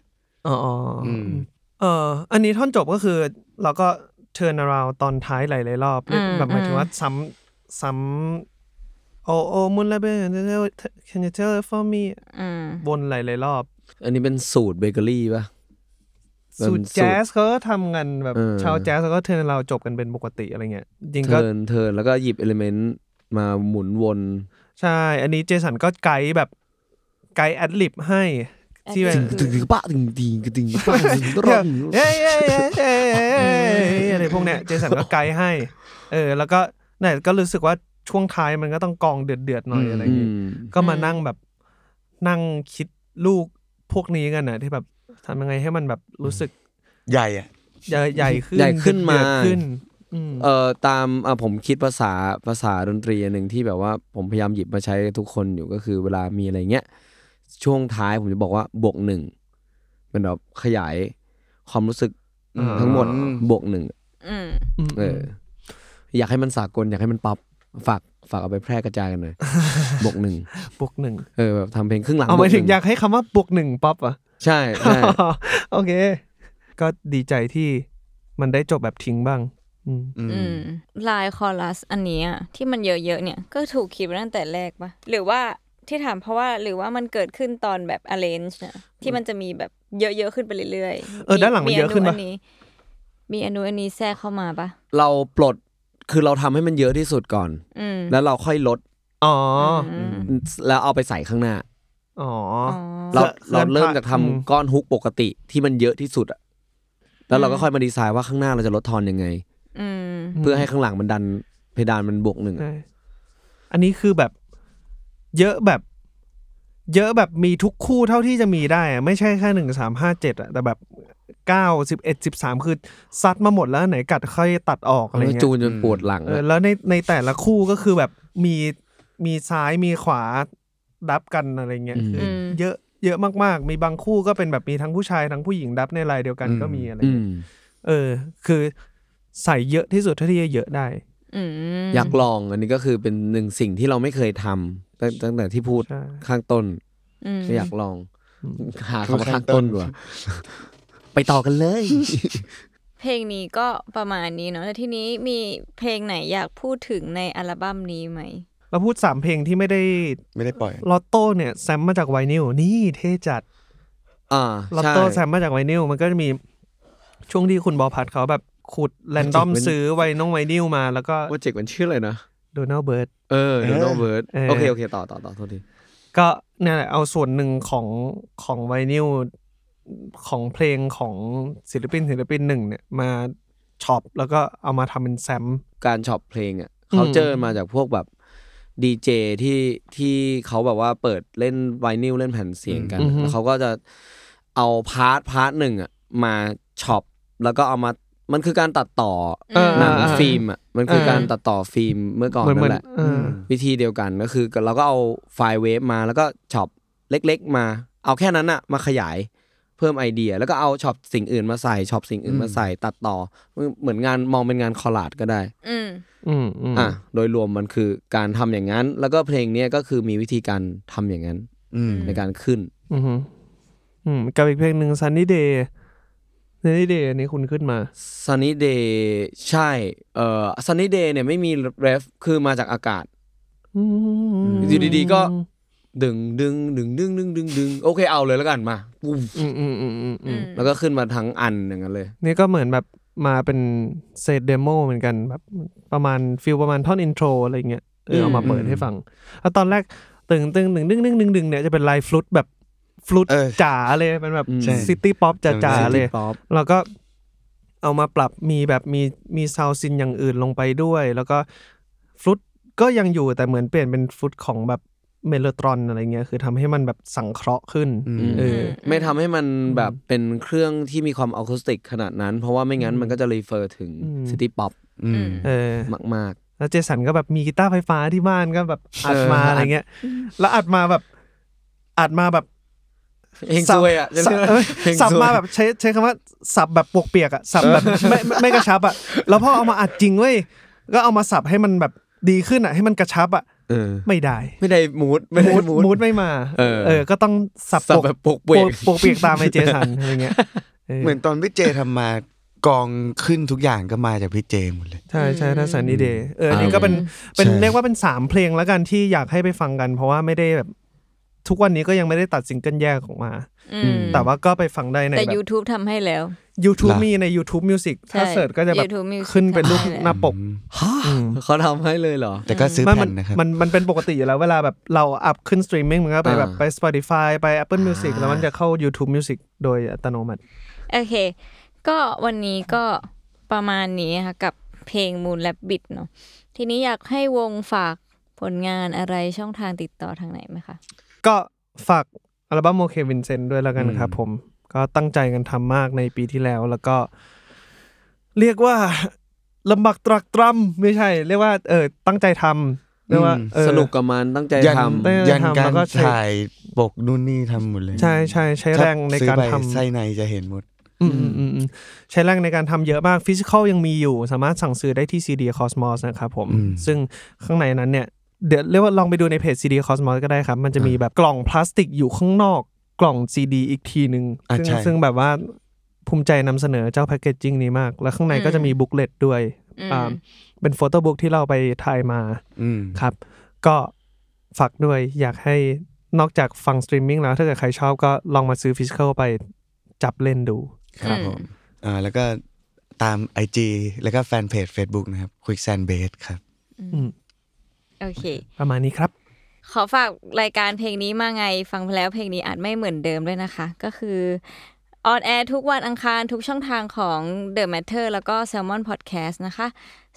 อ๋ออ
ม
เอออันนี้ท่อนจบก็คือ เราก็เทิร์นาราวตอนท้ายหลายๆรอบ
อืม
แบบหมายถึง
อืม
ว่าซ้ำซ้ำโอโอมุนละเบน can you tell for me
อืม
วนหลายๆรอบ
อันนี้เป็นสูตรเบเกอรี่ป่ะ
สูต
มั
ร
นสูตร
แจ๊สเขาก็ทำกันแบบ
เออ
ชาวแจ๊สเขาก็เทิร์นเราวจบกันเป็นปกติอะไรเงี้ยจริงก็
เทิร์นเทิร์นแล้วก็หยิบเอลิเมนต์มาหมุนวน
ใช่ อันนี้เจสันก็ไกด์แบบไกด์แอดลิบให้ ที่แบบ
Ad-lib
ตึงตึงปะตึงตึงตึงปะตึงร้อง
เอ้ยเอ้ยเอ้ยเอ้ยเอ้ยอะไรพวกเนี้ยเจสันก็ไกด์ให้ เออ แล้วก็เนี่ยก็รู้สึกว่าช่วงท้ายมันก็ต้องกองเดือดเดือดๆหน่อยอะไรอย่างงี้ก็มานั่งแบบนั่งคิดลูกพวกนี้กันนะที่แบบทำยังไงให้มันแบบรู้สึก
ใหญ่อะ
ใหญ่ใหญ่ขึ้น
ใหญ่ขึ้นมา
เดือดๆขึ้นอืม
เอ่อตามอ่ะผมคิดภาษาภาษาดนตรีอันหนึ่งที่แบบว่าผมพยายามหยิบมาใช้ทุกคนอยู่ก็คือเวลามีอะไรเงี้ยช่วงท้ายผมจะบอกว่าบวกหนึ่งเป็นแบบขยายความรู้สึก
อ่า
ทั้งหมดบวกหนึ่ง
อืม
ม
เออออยากให้มันสากลอยากให้มันป๊อปฝากฝากเอาไปแพร่กระจายกันหน่อย บวกหนึ่ง
บวกหนึ่ง
เออแบบทำเพลงครึ่งหลัง
เอาหมายถึง
บวก
อ
นึ่
ยากให้คำว่าบวกหนึ่งป๊อปอ่ะ
ใช่ใช่
โอเค ก็ดีใจที่มันได้จบแบบทิ้งบ้าง อืม
อืม
อืมลายคอรัสอันเนี้ยที่มันเยอะๆเนี่ยก็ถูกคิดมาตั้งแต่แรกปะหรือว่าที่ถามเพราะว่าหรือว่ามันเกิดขึ้นตอนแบบ arrange เนี่ยที่มันจะมีแบบเยอะๆขึ้นไปเรื่อยๆ
เออด้านหลังมันเยอะขึ้นปะ
มีมีอนุอันนี้แทรกเข้ามาปะ
เราปลดคือเราทำให้มันเยอะที่สุดก่อน
อืม
แล้วเราค่อยลด
อ๋อ
ม
แล้วเอาไปใส่ข้างหน้า
อ๋อ
อ๋อ
เรา
เคลื่
เรา
อน
เริ่มจากทำ
อืม
ก้อนฮุกปกติที่มันเยอะที่สุดอะแล้วเราก็
อืม
ค่อยมาดีไซน์ว่าข้างหน้าเราจะลดทอนยังไง
อืม
เพื่อให้ข้างหลังมันดันเพดานมันบวกหนึ่ง
ใช่
อะ
อันนี้คือแบบ เยอะแบบ เยอะแบบมีทุกคู่เท่าที่จะมีได้อะไม่ใช่แค่หนึ่งสามห้าเจ็ดอะแต่แบบเก้าสิบเอ็ดสิบสามคือซัดมาหมดแล้วอันไหนกัดค่อยตัดออกอะไร
แล้ว
เงี้ย
จูนจนปวดหลัง
เออ
อะ
แล้วในในแต่ละคู่ก็คือแบบมีมีซ้ายมีขวาดับกันอะไรเงี้ยคืออ
ม
เยอะเยอะมากๆ มีบางคู่ก็เป็นแบบมีทั้งผู้ชายทั้งผู้หญิงดับในลายเดียวกันก็มีอะไร
อื
เงี้ย
ม
เออ คือใส่เยอะที่สุดเท่าที่จะเยอะได้
อืม
อยากลองอันนี้ก็คือเป็นหนึ่งสิ่งที่เราไม่เคยทำตั้งตั้งแต่ที่พูด
ใช่
ข้างต้น
อืม
ก็อยากลอง
อืม
หาคำว่าข้างต้นดีกว่าไปต่อกันเลย
เพลงนี้ก็ประมาณนี้เนาะแล้วทีนี้มีเพลงไหนอยากพูดถึงในอัลบั้มนี้ไหม
เราพูดสามเพลงที่ไม่ได้
ไม่ได้ปล่อย
ลอตโต้เนี่ยแซมมาจากไวนิลนี่เท่จัด
อ่า
ลอต
ใช่
โต้แซมมาจากไวนิลมันก็จะมีช่วงที่คุณบอพัดเขาแบบขุดแรนดอม
จริงๆมัน
ซื้อไวน้องไวนิลมา แล้วก็
โปรเจกต์มันชื่ออะไรนะ
โดนัลเบิร์ด
เออโดนัล
เออ
เบิร์ด
เออ
โอเค โอเค ต่อต่อต่อโทษที
ก็นั่นแหละเอาส่วนหนึ่งของของไวนิลของเพลงของศิลปินศิลปินหนึ่งเนี่ยมาช็อปแล้วก็เอามาทำเป็นแซม
การช็อปเพลงอ่ะเขาเจอมาจากพวกแบบ ดีเจที่ที่เขาแบบว่าเปิดเล่นไวนิลเล่นแผ่นเสียงกัน
อืม
แล้วเขาก็จะเอาพาร์ทพาร์ทหนึ่งอ่ะมาช็อปแล้วก็เอามามันคือการตัดต่อ
เออ
หนัง
อ่า
ฟิล์มอ่ะมันคือการตัดต่อฟิล์มเมื่อก่อน
เหมือนเหมือน
นั่นแหละ
เออ
วิธีเดียวกันก็คือเราก็เอาไฟล์เวฟมาแล้วก็ช็อปเล็กๆมา เอาแค่นั้นอะมาขยายเพิ่มไอเดีย แล้วก็เอาช็อปสิ่งอื่นมาใส่ช็อปสิ่งอื่นมาใส่ตัดต่อ เหมือนงานมองเป็นงานคอลลาดก็ได้
อืม
อืมอืม
อ่ะโดยรวมมันคือการทำอย่างนั้น แล้วก็เพลงเนี้ยก็คือมีวิธีการทำอย่างนั้น
อืม
ในการขึ้น
อืมอืมกับอีกเพลงหนึ่ง Sunny Day Sunny Day อันนี้คุณขึ้นมา
Sunny Day ใช่เอ่อ Sunny Day เนี่ยไม่มีเรฟคือมาจากอากาศ
อืม
อยู่ดีๆก็ ดึงดึงดึงดึงดึงดึงดึงโอเคเอาเลยแล้วกันมาปุ๊บ
อืมอืมอืมอืมอืม
แล้วก็ขึ้นมาทั้งอันอย่างนั้นเลย
นี่ก็เหมือนแบบมาเป็นเซตเดโมเหมือนกันแบบประมาณฟิลประมาณท่อนอินโทรอะไรเงี้ยเออเอามาเปิดให้ฟังแล้วตอนแรกตึงตึงตึงดึงดึงดึงดึงเนี่ยจะเป็นลายฟลุตแบบฟลุต
เออ
จ๋าเลยเป็นแบบ
อืม
ซิตี้ป๊อปจ๋า
ใช่
ๆเลย
ป๊อป
เราก็เอามาปรับมีแบบมีมีซาวซินอย่างอื่นลงไปด้วย แล้วก็ฟลุตก็ยังอยู่แต่เหมือนเปลี่ยนเป็นฟลุตของแบบเมโลตรอนอะไรเงี้ยคือทำให้มันแบบสังเคราะห์ขึ้น
อืม
เออ
ไม่ทำให้มันแบบเป็นเครื่องที่มีความอะคูสติกขนาดนั้น เพราะว่าไม่งั้นมันก็จะรีเฟอร์ถึง
อืม
ซิตี้ป๊อป
อืม
เออ
มาก
แล้วเจสันก็แบบมีกีตาร์ไฟฟ้าที่บ้านก็แบบอัดมา
เอออัด
อะไรเงี้ย แล้วอัดมาแบบอัดมาแบบ
ๆเฮงซวยอ่ะ
สับเอ้ย
เฮงซวย
สับมาแบบใช้ใช้คำว่าสับแบบปวกเปียกอะสับแบบไม่ไม่ไม่กระชับอะแล้วพอเอามาอัดจริงเว้ยก็เอามาสับให้มันแบบดีขึ้นอะให้มันกระชับอะ
เออ
ไม่ได้
ไม่ได้มูดไม่ได้
มูด
มู
มู
ด
ดไม่มา
เออ
ก็ต้องสับ
สับ
ปก
แบบปก
ป
เว
ก
ก
ปกเปียกตามไอเจสันอะไรเงี้ย
เหมือนตอนพี่เจทำมากองขึ้นทุกอย่างก็มาจากพี่เจหมดเลย
ใช่ใช่ถ้าสันนีเดย์เอออันนี้ก็เป็นเป็น
ใช่
เรียกว่าเป็นสามเพลงแล้วกันที่อยากให้ไปฟังกัน เพราะว่าไม่ได้แบบ ทุกวันนี้ก็ยังไม่ได้ตัดซิงเกิลแยกออกมา
อืม
แต่ว่าก็ไปฟังได้ใน
แต่
แบบ
YouTube ทำให้แล้ว
YouTube
ล่ะ
มีใน YouTube Music
ใช่
ถ้าเสิร์ชก็จะแบบ
YouTube Music
ขึ้นเป็นรูป
ทำได้แหละ
หน้าปก
ฮะ
อืม
เขาทำให้เลยเหรอ
แต่ก็ซื้อ
ไม่
แผ่
มัน
นนะครับ
มันมันเป็นปกติอยู่แล้วเวลาแบบเราอัพขึ้นสตรีมมิ่งมันก็ไปแบบ
อ่า
ไป Spotify ไป Apple Music แล้วมันจะเข้า YouTube Music โดยอัตโนมัติ
โอเค ก็วันนี้ก็ประมาณนี้ค่ะกับเพลง Moon Rabbit เนาะ ทีนี้อยากให้วงฝากผลงานอะไรช่องทางติดต่อทางไหนไหมคะ
ก็ฝากอัลบั้มโอเควินเซนต์ด้วยแล้วกันครับผม ก็ตั้งใจกันทำมากในปีที่แล้ว แล้วก็ เรียกว่าลำบากตรักตรำไม่ใช่ เรียกว่า เออตั้งใจทำเรียกว่า
อืม
เออ
สนุกกับมันตั้งใจ
ยัน
ทำ
ได้
ยันกา
แล้
ร
วก็ใช้
ถ่ายปกนู่นนี่ทำหมดเลย
ใช่ใช่ใช้
ถ้
แรงในการ
ซื้อไป
ทำ
ไส้ในจะเห็นหมด
อืมอืมอืมอืมใช้แรงในการทำเยอะมากฟิสิกอลยังมีอยู่ สามารถสั่งซื้อได้ที่ CD Cosmos นะครับผม
อืม
ซึ่งข้างในนั้นเนี่ย เดี๋ยวเรียกว่าลองไปดูในเพจ CD Cosmos ก็ได้ครับ มันจะมีแบบกล่องพลาสติกอยู่ข้างนอกกล่อง CD อีกทีหนึ่ง
อ่ะ
ซึ่ง
ใช่
ซึ่งแบบว่าภูมิใจนำเสนอเจ้าแพคเกจจิ้งนี้มาก แล้วข้างในก็จะมีบุ๊กเลตด้วย
อืม
อ่าเป็นโฟโต้บุ๊กที่เราไปถ่ายมา
อืม
ครับ ก็ฝากด้วยอยากให้นอกจากฟังสตรีมมิ่งแล้วถ้าเกิดใครชอบก็ลองมาซื้อฟิสิกอลไปจับเล่นดู
ครับผมอ่าแล้วก็ตาม IG แล้วก็แฟนเพจ Facebook นะครับ Quick Sand Base ครับ
โอเค
ประมาณนี้ครับ
ขอฝากรายการเพลงนี้มาไงฟังแล้วเพลงนี้อาจไม่เหมือนเดิมด้วยนะคะ ก็คือออนแอร์ทุกวันอังคารทุกช่องทางของ The Matter แล้วก็ Salmon Podcast นะคะ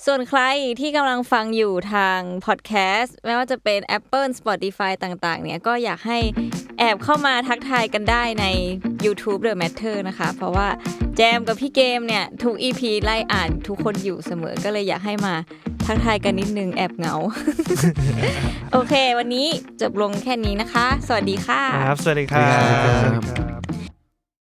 ส่วนใครที่กำลังฟังอยู่ทาง podcast ไม่ว่าจะเป็น Apple Spotify ต่างๆ เนี่ยก็อยากให้แอบเข้ามาทักทายกันได้ใน YouTube The Matter นะคะ เพราะว่าแจมกับพี่เกมเนี่ย ทุก EP ไล่อ่านทุกคนอยู่เสมอก็เลยอยากให้มาทักทายกันนิดนึงแอบเหงา [laughs] โอเค วันนี้จบลงแค่นี้นะคะ สวัสดีค่ะ
ครับ สวัสดีครับ
สวัสดีครับ